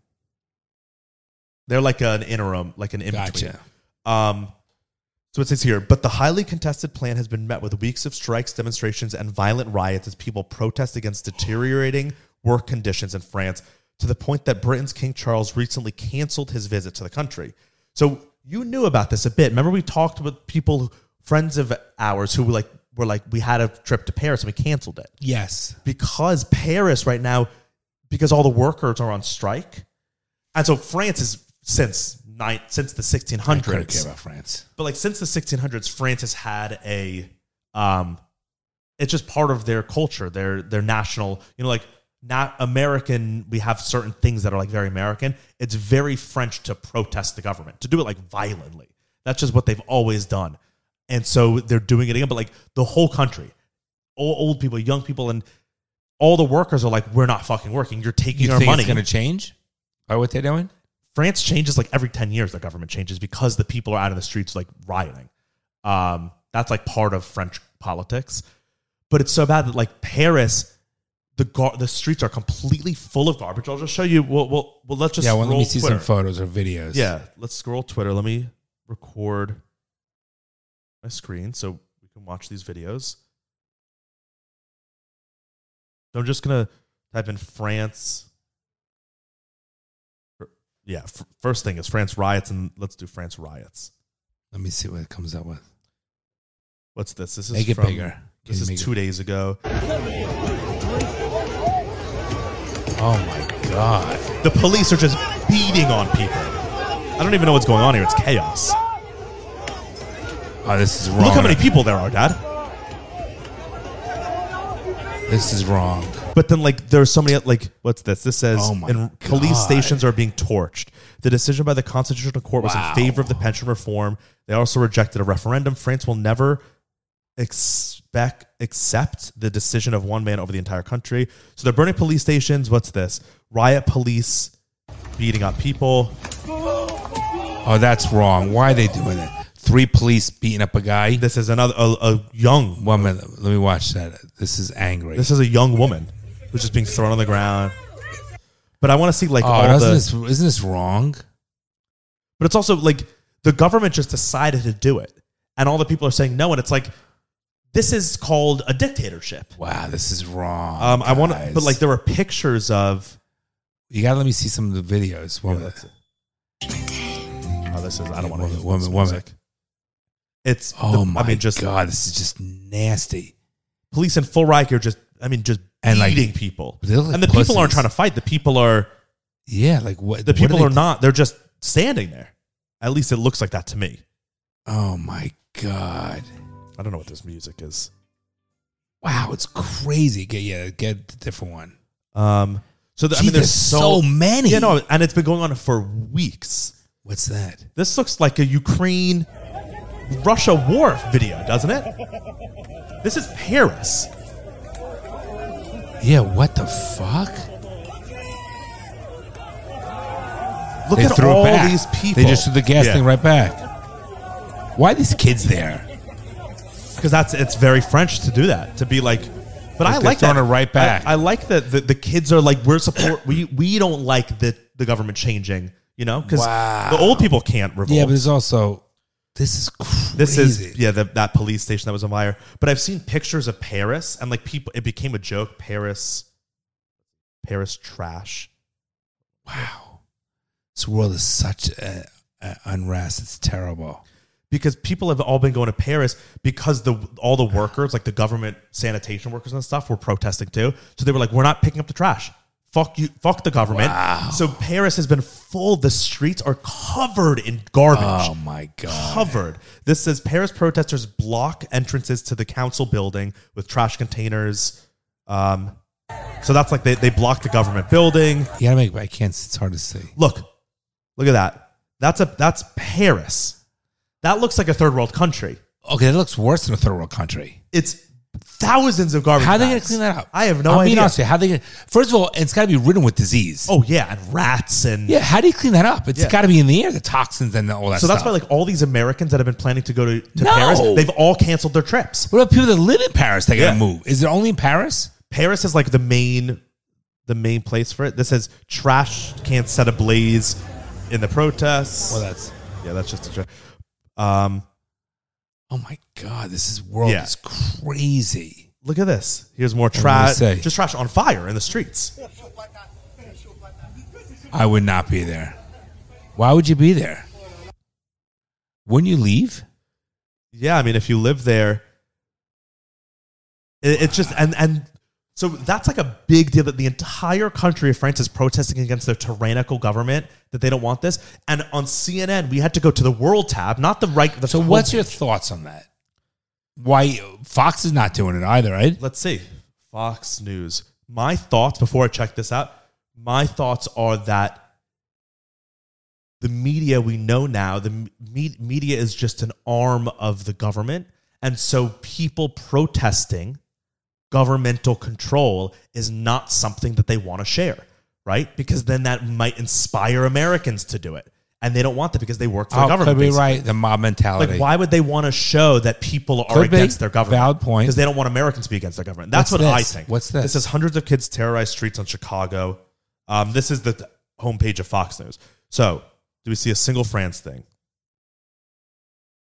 They're like an interim, like an in between. Gotcha. Um, so it says here, but the highly contested plan has been met with weeks of strikes, demonstrations, and violent riots as people protest against deteriorating work conditions in France to the point that Britain's King Charles recently canceled his visit to the country. So you knew about this a bit. Remember, we talked with people, friends of ours, who were like, were like, we had a trip to Paris and we canceled it Yes. because Paris right now, because all the workers are on strike, and so France is since nine since the I don't care 1600s about France. but like since the 1600s france has had a um it's just part of their culture their their national you know like not american we have certain things that are like very american it's very french to protest the government to do it like violently that's just what they've always done and so they're doing it again but like the whole country all old people young people and all the workers are like we're not fucking working you're taking You our think money it's going to change? By what they're doing? France changes like every 10 years, their government changes because the people are out in the streets like rioting. Um, that's like part of French politics. But it's so bad that like Paris, the gar- the streets are completely full of garbage. I'll just show you. Well, well, well let's just yeah. Well, let scroll me see Twitter. some photos or videos. Yeah, let's scroll Twitter. Let me record my screen so we can watch these videos. So I'm just gonna type in France. Fr- Yeah, f- first thing is France riots, and let's do France riots. Let me see what it comes up with. What's this? This is Make it from- bigger. Can This you is make it- two days ago. Oh my god. The police are just beating on people. I don't even know what's going on here. It's chaos. Oh, this is wrong. Look how many people there are, Dad. This is wrong. But then, like, there are so many, like, what's this? This says, Oh my and police God. stations are being torched. The decision by the Constitutional Court was Wow. in favor of the pension reform. They also rejected a referendum. France will never expect accept the decision of one man over the entire country. So they're burning police stations. What's this? Riot police beating up people. Oh, that's wrong. Why are they doing it? Three police beating up a guy. This is another a, a young. One minute. Let me watch that. This is angry. This is a young woman who's just being thrown on the ground. But I want to see like oh, all doesn't the. this, isn't this wrong? But it's also like the government just decided to do it. And all the people are saying no. And it's like, this is called a dictatorship. Wow, this is wrong. Um, I want to, guys. but like there were pictures of. you gotta let me see some of the videos. One minute. that's it. Oh, this is, I don't want to Woman, hear woman, this woman. music. It's, Oh the- my I mean, just god, this is just nasty. police in full riot are just, I mean, just And, like, beating people. they look like and the people aren't pussies. trying to fight. The people are, Yeah, like what? the what people they are not, they're just standing there. At least it looks like that to me. Oh my god! I don't know what this music is. Wow, it's crazy. Get yeah, get the different one. Um, so the, I Gee, mean, there's there's so many. Yeah, no, and it's been going on for weeks. What's that? This looks like a Ukraine Russia war video, doesn't it? This is Paris. Yeah, what the fuck? Look They at threw all it back. these people. They just threw the gas Yeah. thing right back. Why are these kids there? because that's it's very French to do that to be like. But I they're like that. throwing it right back. I, I like that the, the kids are like we're support. we we don't like the the government changing. You know, because Wow. the old people can't revolt. Yeah, but there's also this is crazy. This is yeah, the, that police station that was on fire. But I've seen pictures of Paris, and like people, it became a joke. Paris, Paris trash. wow. This world is such a, a unrest. It's terrible. because people have all been going to Paris because the all the workers, like the government sanitation workers and stuff, were protesting too. So they were like, "We're not picking up the trash. Fuck you. Fuck the government." So Paris has been full. The streets are covered in garbage. Oh my god. Covered. This says Paris protesters block entrances to the council building with trash containers. Um, so that's like they, they blocked the government building. You gotta make. I can't. It's hard to see. Look, look at that. That's a that's Paris. That looks like a third world country. Okay, that looks worse than a third world country. it's thousands of garbage. How are they gonna bags. clean that up? I have no I'm idea. Being honest with you, how they gonna, first of all, it's got to be ridden with disease. oh yeah, and rats and Yeah, how do you clean that up? It's Yeah. got to be in the air, the toxins and all that. So that's stuff. why like all these Americans that have been planning to go to, to No. Paris, they've all canceled their trips. What about people that live in Paris? They gotta Yeah. move. Is it only in Paris? Paris is like the main the main place for it. This says trash can't set ablaze in the protests. that's. yeah, that's just a joke. Um, Oh my god, this is world Yeah. is crazy. look at this. Here's more gonna trash. say. Just trash on fire in the streets. I would not be there. Why would you be there? Wouldn't you leave? Yeah, I mean, if you live there, it, it's just and and so that's like a big deal that the entire country of France is protesting against their tyrannical government that they don't want this. And on CNN, we had to go to the World tab, not the right. The So, home what's page. your thoughts on that? Why Fox is not doing it either, right? Let's see, Fox News. My thoughts before I check this out. My thoughts are that the media we know now, the me- media is just an arm of the government. And so people protesting governmental control is not something that they want to share, right? Because then that might inspire Americans to do it. And they don't want that because they work for the Oh, government. could be basically. right. The mob mentality. Like, why would they want to show that people are Could be. against their government? Valid point. Because they don't want Americans to be against their government. That's What's what I this? think. What's this? This is hundreds of kids terrorize streets on Chicago. Um, this is the th- homepage of Fox News. So, do we see a single France thing?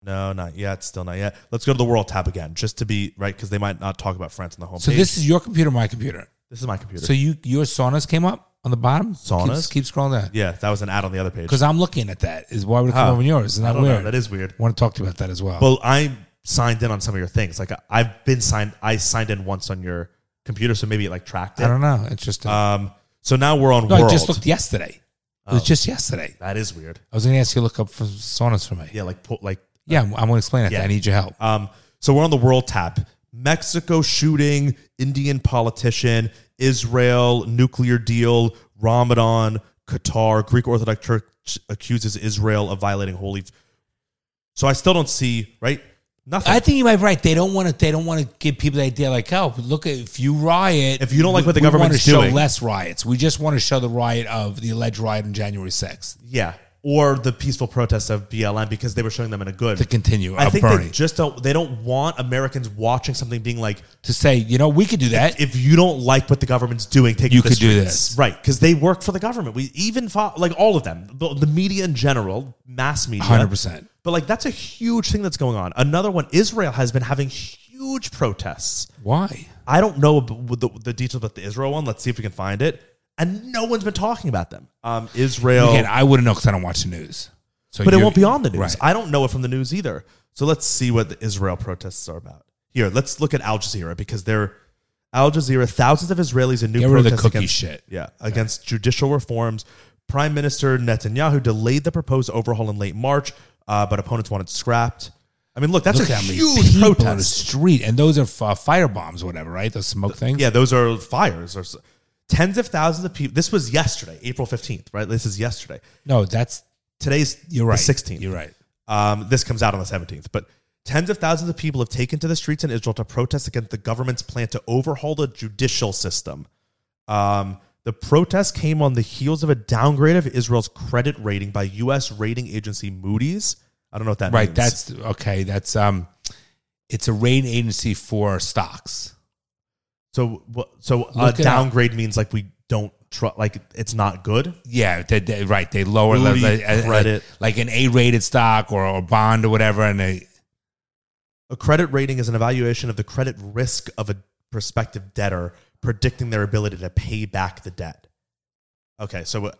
No, not yet. Still not yet. Let's go to the World tab again, just to be right, because they might not talk about France on the homepage. so this is your computer, my computer. This is my computer. So you your saunas came up on the bottom. Saunas? Keep, keep scrolling down. yeah, that was an ad on the other page. Because I'm looking at that. Is why would it come Huh. up on yours? Isn't I that don't know. weird? That is weird. I want to talk to you about that as well. Well, I signed in on some of your things. Like I- I've been signed. I signed in once on your computer, so maybe it like tracked it. I don't know. Interesting. Um, so now we're on no, world. Oh. I just looked yesterday. It was just yesterday. that is weird. I was going to ask you to look up for saunas for me. Yeah, Yeah, like po- like. I'm, I'm going to explain it. Yeah. I need your help. Um, so we're on the world tab. Mexico shooting, Indian politician, Israel nuclear deal, Ramadan, Qatar, Greek Orthodox Church accuses Israel of violating holy. So I still don't see right nothing. I think you might be right. They don't want to. They don't want to give people the idea like, oh, look, if you riot, If you don't like we- what the we wanna government's show doing. less riots. We just want to show the riot of the alleged riot on January 6th yeah, or the peaceful protests of BLM because they were showing them in a good. to continue. I of think Bernie. they just don't. They don't want Americans watching something being like, to say, you know, we could do that. if you don't like what the government's doing, take You to the could do streets. this. right? Because they work for the government. We even fo- like all of them, the, the media in general, mass media, 100%. But like that's a huge thing that's going on. Another one, Israel has been having huge protests. Why? I don't know ab- with the, the details about the Israel one. Let's see if we can find it. And no one's been talking about them. Um, Israel, Again, I wouldn't know because I don't watch the news. So but it you're- won't be on the news. Right. I don't know it from the news either. So let's see what the Israel protests are about. Here, let's look at Al Jazeera because they're Al Jazeera. Thousands of Israelis in new Get rid of the protests cookie against, shit. Yeah, against judicial reforms. Prime Minister Netanyahu delayed the proposed overhaul in late March, uh, but opponents want it scrapped. I mean, look, that's Look a how many huge people on the protest. street, and those are uh, fire bombs, or whatever, right? Those smoke things. Yeah, those are fires. Or s- tens of thousands of people. This was yesterday, April fifteenth, right? This is yesterday. No, that's Today's you're right. the sixteenth. You're right. Um, this comes out on the 17th, but tens of thousands of people have taken to the streets in Israel to protest against the government's plan to overhaul the judicial system. Um, the protest came on the heels of a downgrade of Israel's credit rating by U.S. rating agency Moody's. I don't know what that Right. means. That's okay. That's um, it's a rating agency for stocks. so. wh- So a Look it up. downgrade means like we don't tr- like it's not good. Yeah, they, they- right. They lower Booty like, like- credit. like an A-rated stock or, or bond or whatever, and they A credit rating is an evaluation of the credit risk of a prospective debtor, predicting their ability to pay back the debt. Okay, so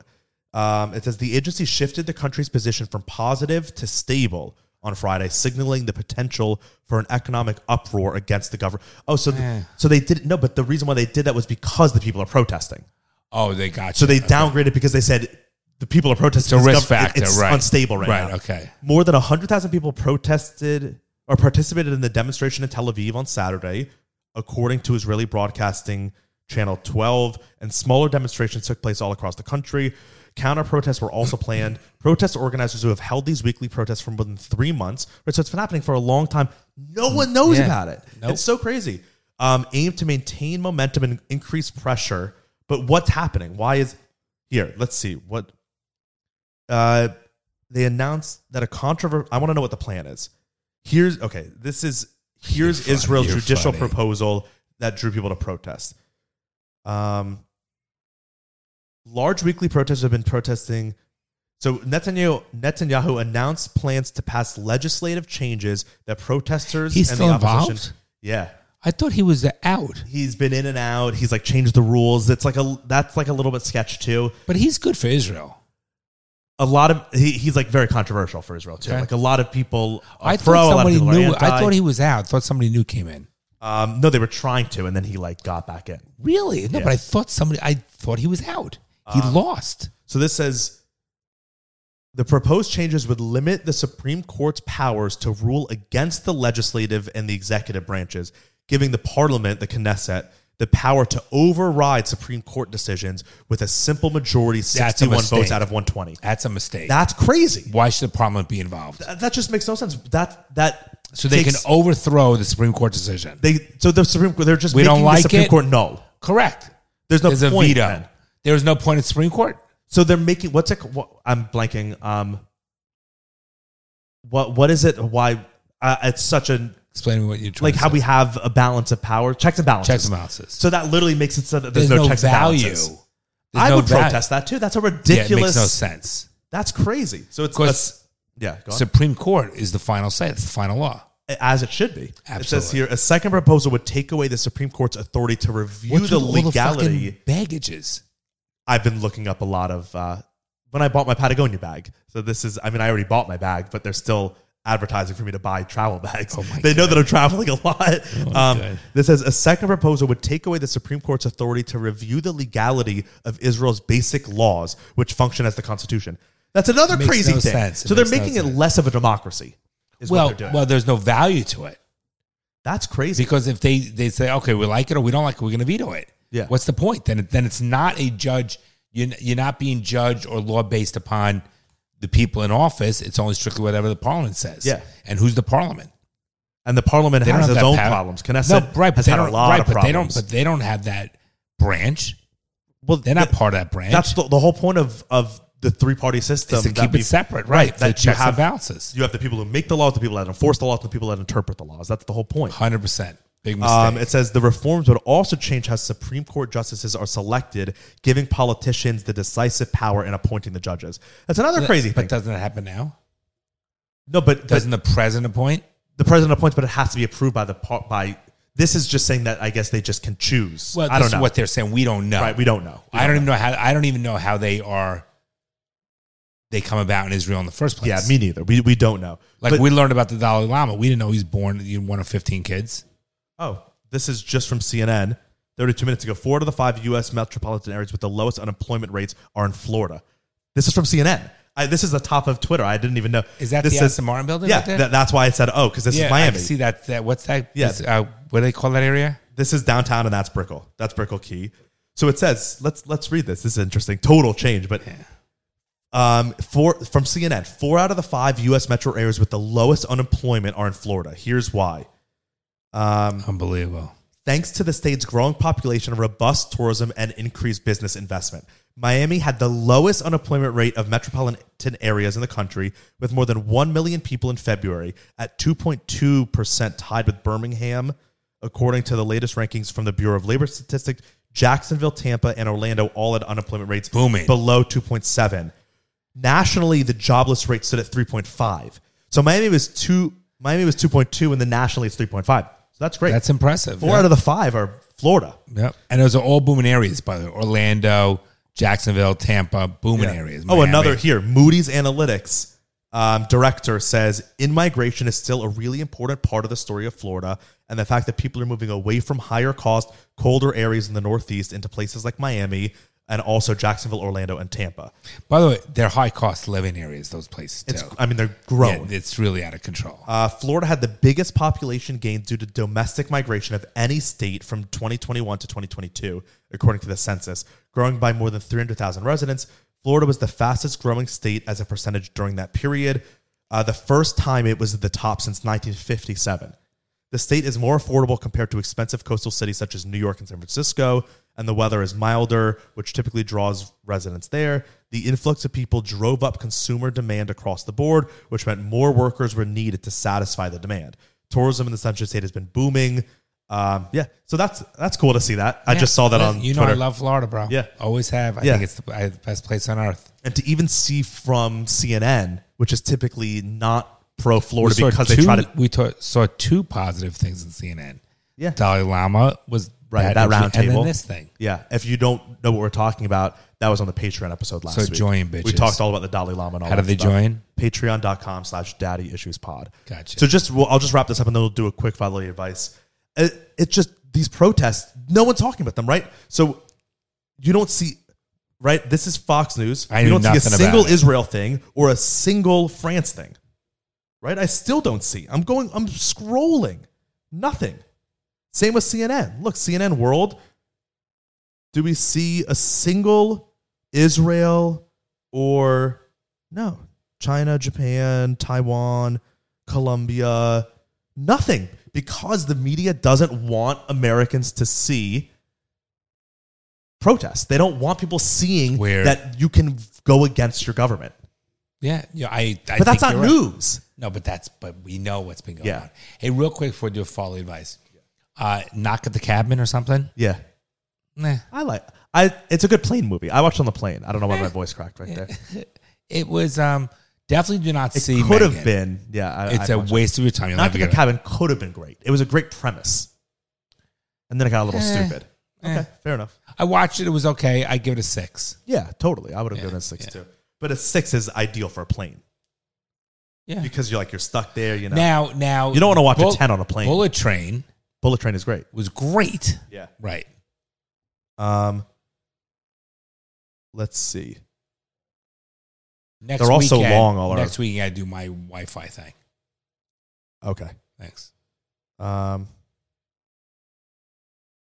um, it says the agency shifted the country's position from positive to stable on Friday, signaling the potential for an economic uproar against the government. Oh, so th- Yeah. so they didn't. No, but the reason why they did that was because the people are protesting. oh they got So you. they downgraded because they said the people are protesting. It's a This risk gov- it- factor, it's right. unstable right, Right, now. okay. More than 100,000 people protested or participated in the demonstration in Tel Aviv on Saturday, according to Israeli broadcasting channel 12, and smaller demonstrations took place all across the country. Counter protests were also planned. Protest organizers who have held these weekly protests for more than three months, right? So it's been happening for a long time. No one knows Mm. Yeah. about it. Nope. It's so crazy. Um, aim to maintain momentum and increase pressure. But what's happening? Why is here? Let's see what uh, they announced that a controversial. I want to know what the plan is. Here's okay. This is here's You're funny, Israel's you're judicial funny. proposal that drew people to protest. Um, large weekly protests have been protesting. So Netanyahu Netanyahu announced plans to pass legislative changes that protesters He's and still the opposition. involved? Yeah, I thought he was out, he's been in and out. He's like changed the rules. It's like a that's like a little bit sketch too. but he's good for Israel. A lot of he, he's like very controversial for Israel too. Okay. Like a lot of people are I pro, thought a lot of somebody people are knew. anti. I thought he was out. I thought somebody new came in. um, no, they were trying to, and then he like got back in. Really? No, Yeah. Uh, but I thought somebody. I thought he was out. He lost. So this says the proposed changes would limit the Supreme Court's powers to rule against the legislative and the executive branches, giving the parliament, the Knesset, the power to override Supreme Court decisions with a simple majority, a 61 votes mistake. out of 120. That's a mistake. That's crazy. Why should the parliament be involved? That that just makes no sense. That that So they takes- can overthrow the Supreme Court decision. they so the Supreme Court they're just We making don't the like Supreme it. Court null. Correct. There's no There's point. a veto. then. There was no point in Supreme Court. So they're making what's it? What, I'm blanking. Um, what what is it? Why uh, it's such a Explain to me what you're trying like to how say. we have a balance of power, checks and balances. checks and balances. So that literally makes it so that there's, no, checks and balances. There's I no would value. protest that too. That's a Yeah, ridiculous. it makes no sense. That's crazy. So it's Of course- that's- yeah. Go on. Supreme Court is the final say. It's the final law. as it should be. It says Absolutely. here a second proposal would take away the Supreme Court's authority to review What's the with all the legality. fucking baggages. I've been looking up a lot of uh, when I bought my Patagonia bag. So this is, I mean, I already bought my bag, but they're still advertising for me to buy travel bags. Oh my Oh they know that I'm traveling a lot. um, God. this says a second proposal would take away the Supreme Court's authority to review the legality of Israel's basic laws, which function as the Constitution. That's another Makes crazy no thing. sense. It So they're makes no making it sense. less of a democracy. Is Well, what they're doing. well, there's no value to it that's crazy. because if they, they say, okay, we like it or we don't like it, we're going to veto it. Yeah. What's the point? Then it, then it's not a judge. You're, n- you're not being judged or law based upon the people in office. It's only strictly whatever the parliament says. Yeah. And who's the parliament? and the parliament They don't has have its that own power. problems. Knesset right, but has they had a don't- lot right, of but problems. They don't, but they don't have that branch. well, They're not th- part of that branch. That's the, the whole point of of the three party system. It's to that keep we- it separate, right? that the you checks have and balances. You have the people who make the laws, the people that enforce the laws, and the people that interpret the laws. That's the whole point. Hundred percent. Big mistake. Um, it says the reforms would also change how Supreme Court justices are selected, giving politicians the decisive power in appointing the judges. That's another crazy But thing. doesn't that happen now? no, but, but Doesn't the president appoint? the president appoints, but it has to be approved by the par- by. This is just saying that I guess they just can choose. Well, I this don't is know. what they're saying. We don't know. right, we don't know. We I don't even know how. I don't even know how they are. They come about in Israel in the first place. Yeah, me neither. We we don't know. like But- we learned about the Dalai Lama. We didn't know he was born in one of fifteen kids. Oh, this is just from CNN. 32 minutes ago. Four out of the five U.S. metropolitan areas with the lowest unemployment rates are in Florida. This is from CNN. I, this is the top of Twitter. I didn't even know. Is that this the Aston Martin building? Yeah, right there? tha- that's why I said, oh, because this yeah. is I Miami. can see that. That what's that? Yeah. Is, uh, what do they call that area? This is downtown, and that's Brickell. That's Brickell Key. So it says, let's let's read this. This is interesting. Total change, but um, four from CNN. Four out of the five U.S. metro areas with the lowest unemployment are in Florida. Here's why. Um, Unbelievable. thanks to the state's growing population, robust tourism, and increased business investment. Miami had the lowest unemployment rate of metropolitan areas in the country, with more than 1 million people in February at 2.2%, tied with Birmingham, according to the latest rankings from the Bureau of Labor Statistics, Jacksonville, Tampa, and Orlando all had unemployment rates Booming. below 2.7. Nationally, the jobless rate stood at 3.5. So Miami was two. Miami was 2.2, and the nationally it's 3.5. So that's great. That's impressive. Four yeah. out of the five are Florida. Yep. And those are all booming areas, by the way. Orlando, Jacksonville, Tampa, booming Yeah. areas. Oh, Miami. another here. Moody's Analytics um, director says in migration is still a really important part of the story of Florida, and the fact that people are moving away from higher cost, colder areas in the Northeast into places like Miami and also Jacksonville, Orlando, and Tampa. By the way, they're high cost living areas, those places, too. It's, I mean, they're yeah, growing. it's really out of control. Uh, Florida had the biggest population gain due to domestic migration of any state from 2021 to 2022, according to the census, growing by more than 300,000 residents. Florida was the fastest growing state as a percentage during that period, uh, the first time it was at the top since 1957. The state is more affordable compared to expensive coastal cities such as New York and San Francisco, and the weather is milder, which typically draws residents there. The influx of people drove up consumer demand across the board, which meant more workers were needed to satisfy the demand. Tourism in the Sunshine State has been booming. Um, yeah, so that's that's cool to see that. I just saw that Yeah, on You know, Twitter. I love Florida, bro. Yeah. Always have. I Yeah. think it's the, I, the best place on earth. and to even see from CNN, which is typically not pro Florida saw because two, they try to we ta- saw two positive things in CNN. Yeah. Dalai Lama was right that, round and table. then this thing. Yeah, if you don't know what we're talking about, that was on the Patreon episode last So week. join, We bitches. talked all about the Dalai Lama and all How do that they stuff. join? Patreon.com slash daddy issues pod. Gotcha. So just, well, I'll just wrap this up and then we'll do a quick fatherly advice. It, it's just these protests, no one's talking about them, right? So you don't see, right? This is Fox News. I you knew don't see a nothing about single it. Israel thing or a single France thing, right? I still don't see. I'm going, I'm scrolling. Nothing. Same with CNN. Look, CNN World. Do we see a single Israel or no? China, Japan, Taiwan, Colombia, nothing because the media doesn't want Americans to see protests. They don't want people seeing Where- that you can go against your government. Yeah. Yeah. I, I But think that's not you're right. news. No, but that's but we know what's been going Yeah. on. Hey, real quick before we do a follow advice. Uh, knock at the cabin or something. Yeah. Nah. I like I it's a good plane movie. I watched on the plane. I don't know Eh. why my voice cracked right there. It was um definitely do not It see. could Megan. have been. Yeah. I, It's a a waste of your time. You'll Not never that the get it. cabin could have been great. It was a great premise. And then it got a little Eh, stupid. Okay, fair enough. I watched it. It was okay. I give it a six. Yeah, totally. I would have given a six too. But a six is ideal for a plane Yeah. because you're like you're stuck there. You know, Eh. Now, now You don't wanna watch a 10 on a plane. Bullet Train Bullet Train is great. was great. Yeah. Right. Um, let's see. Next They're all so weekend- long, all our- next week I do my Wi-Fi thing. Okay. Thanks. Um,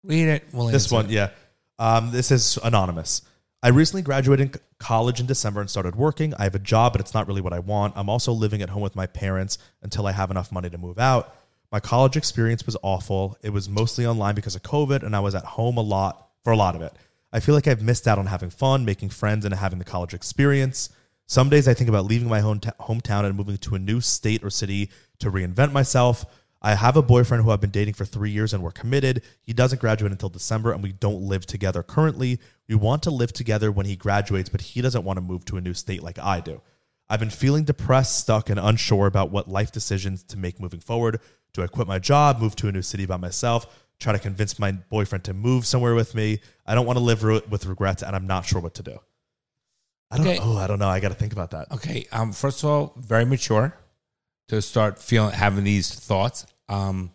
Read it. We'll this answer one, it. yeah. Um, this is anonymous. I recently graduated c- college in December and started working. I have a job, but it's not really what I want. I'm also living at home with my parents until I have enough money to move out. My college experience was awful. It was mostly online because of COVID, and I was at home a lot for a lot of it. I feel like I've missed out on having fun, making friends, and having the college experience. Some days I think about leaving my home hometown and moving to a new state or city to reinvent myself. I have a boyfriend who I've been dating for three years and we're committed. He doesn't graduate until December and we don't live together currently. We want to live together when he graduates, but he doesn't want to move to a new state like I do. I've been feeling depressed, stuck, and unsure about what life decisions to make moving forward. Do I quit my job, move to a new city by myself, try to convince my boyfriend to move somewhere with me? I don't want to live re- with regrets and I'm not sure what to do. I don't. Okay. Oh, I don't know. I got to think about that. Okay. Um, first of all, very mature to start feeling having these thoughts. Um,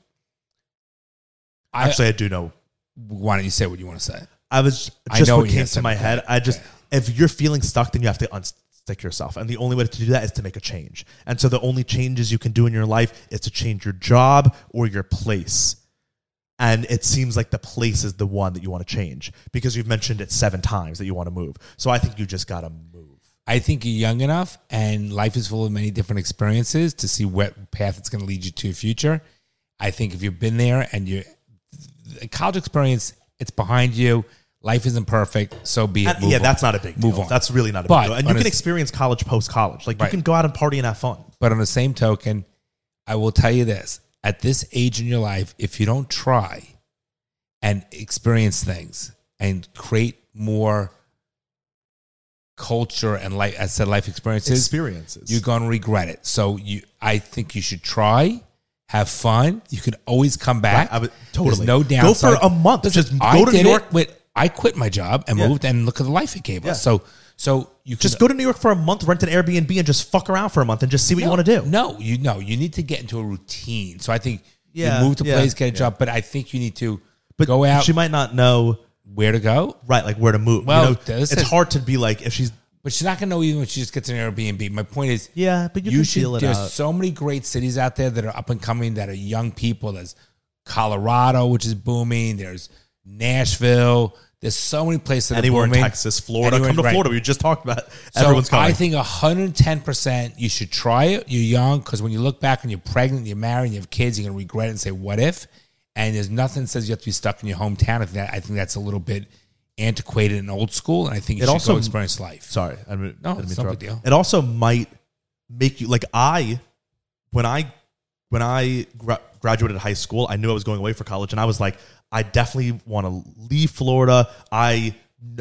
I, Actually, I do know. why don't you say what you want to say? I was I just know what you came have to my said head. that. I just Okay. if you're feeling stuck, then you have to unstick yourself, and the only way to do that is to make a change. And so the only changes you can do in your life is to change your job or your place. And it seems like the place is the one that you want to change because you've mentioned it seven times that you want to move. So I think you just got to move. I think you're young enough, and life is full of many different experiences to see what path it's going to lead you to your future. I think if you've been there and you, the college experience, it's behind you. Life isn't perfect, so be it. And Move yeah, on. that's not a big Move deal. on. That's really not a But big deal. And you on can a- experience college post college. Like you Right. can go out and party and have fun. But on the same token, I will tell you this at this age in your life, if you don't try and experience things and create more culture and like I said, life experiences, Experiences. you're gonna regret it. So you, I think you should try, have fun. You can always come back. Right, I would- totally. There's no Go downside. for a month. Just I go to did New it York. With, I quit my job and Yeah. moved, and look at the life it gave us. Yeah. So, so you can Just go to New York for a month, rent an Airbnb, and just fuck around for a month and just see what you No, want to do. No, you know, you need to get into a routine. So I think Yeah, you move to yeah, place, get a yeah. job, but I think you need to But go out She might not know where to go. right, like where to move. You Well, know, this it's is- hard to be like if she's But she's not gonna know even when she just gets an Airbnb. My point is yeah, but you, you can should feel it there's out. so many great cities out there that are up and coming that are young people. There's Colorado, which is booming, there's Nashville. There's so many places that Anywhere are in booming. Texas, Florida, Anywhere- come to right. Florida. We just talked about So everyone's coming. I think 110% you should try it. You're young because when you look back and you're pregnant, you're married, and you have kids, you're going to regret it and say, what if? And there's nothing that says you have to be stuck in your hometown. If that, I think that's a little bit antiquated and old school. And I think you It should also- go experience life. Sorry, I mean, No, I didn't mean it's to no interrupt. big deal. It also might make you like I when I when I gra- graduated high school, I knew I was going away for college, and I was like, I definitely want to leave Florida. I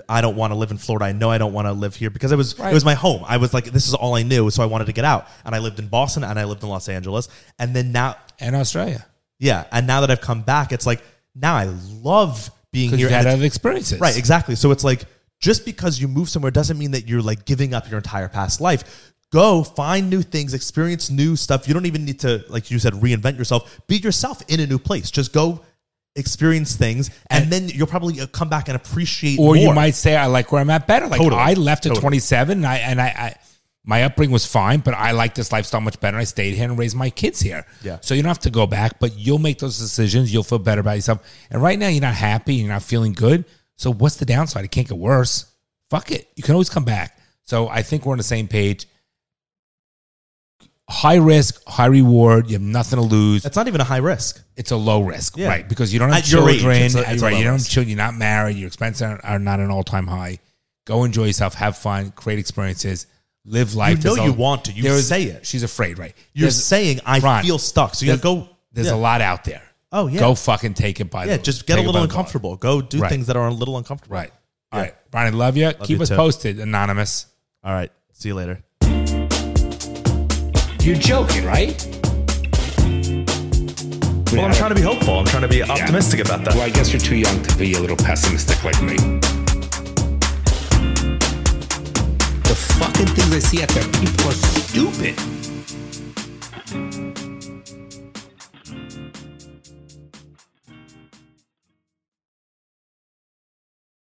I don't want to live in Florida. I know I don't want to live here because it was Right. it was my home. I was like, this is all I knew, so I wanted to get out. And I lived in Boston, and I lived in Los Angeles, and then now And Australia. yeah, and now that I've come back, it's like now I love being Because here. you've and had it's- other experiences. Right, exactly. So it's like just because you move somewhere doesn't mean that you're like giving up your entire past life. Go find new things, experience new stuff. You don't even need to, like you said, reinvent yourself. Be yourself in a new place. Just go experience things, and, then you'll probably uh, come back and appreciate. Or you more. might say, I like where I'm at better. Like Totally. I left at Totally. 27 and I, and I, I, my upbringing was fine, but I like this lifestyle much better. I stayed here and raised my kids here. Yeah. So you don't have to go back, but you'll make those decisions. You'll feel better about yourself. And right now you're not happy. You're not feeling good. So what's the downside? It can't get worse. Fuck it. You can always come back. So I think we're on the same page. High risk, high reward. You have nothing to lose. That's not even a high risk. It's a low risk, Yeah. right? Because you don't have At your children. age, it's a- it's a right, low you don't have risk. children. You're not married. Your expenses are, are not an all time high. Go enjoy yourself. Have fun. Create experiences. Live life. know There's you want to. You say it. She's afraid, right? You're There's- saying I Ron, feel stuck, so you there's- go. There's yeah. a lot out there. Oh yeah, Go fucking take it by yeah. the Just get a take it by little the collar. uncomfortable. Go do Right. things that are a little uncomfortable. Right. All right, Brian, I love you. Keep you us too. posted, anonymous. All right. See you later. You're joking, right? Well, I'm trying to be hopeful. I'm trying to be optimistic about that. I guess you're too young to be a little pessimistic like me. The fucking things I see out there, people are stupid.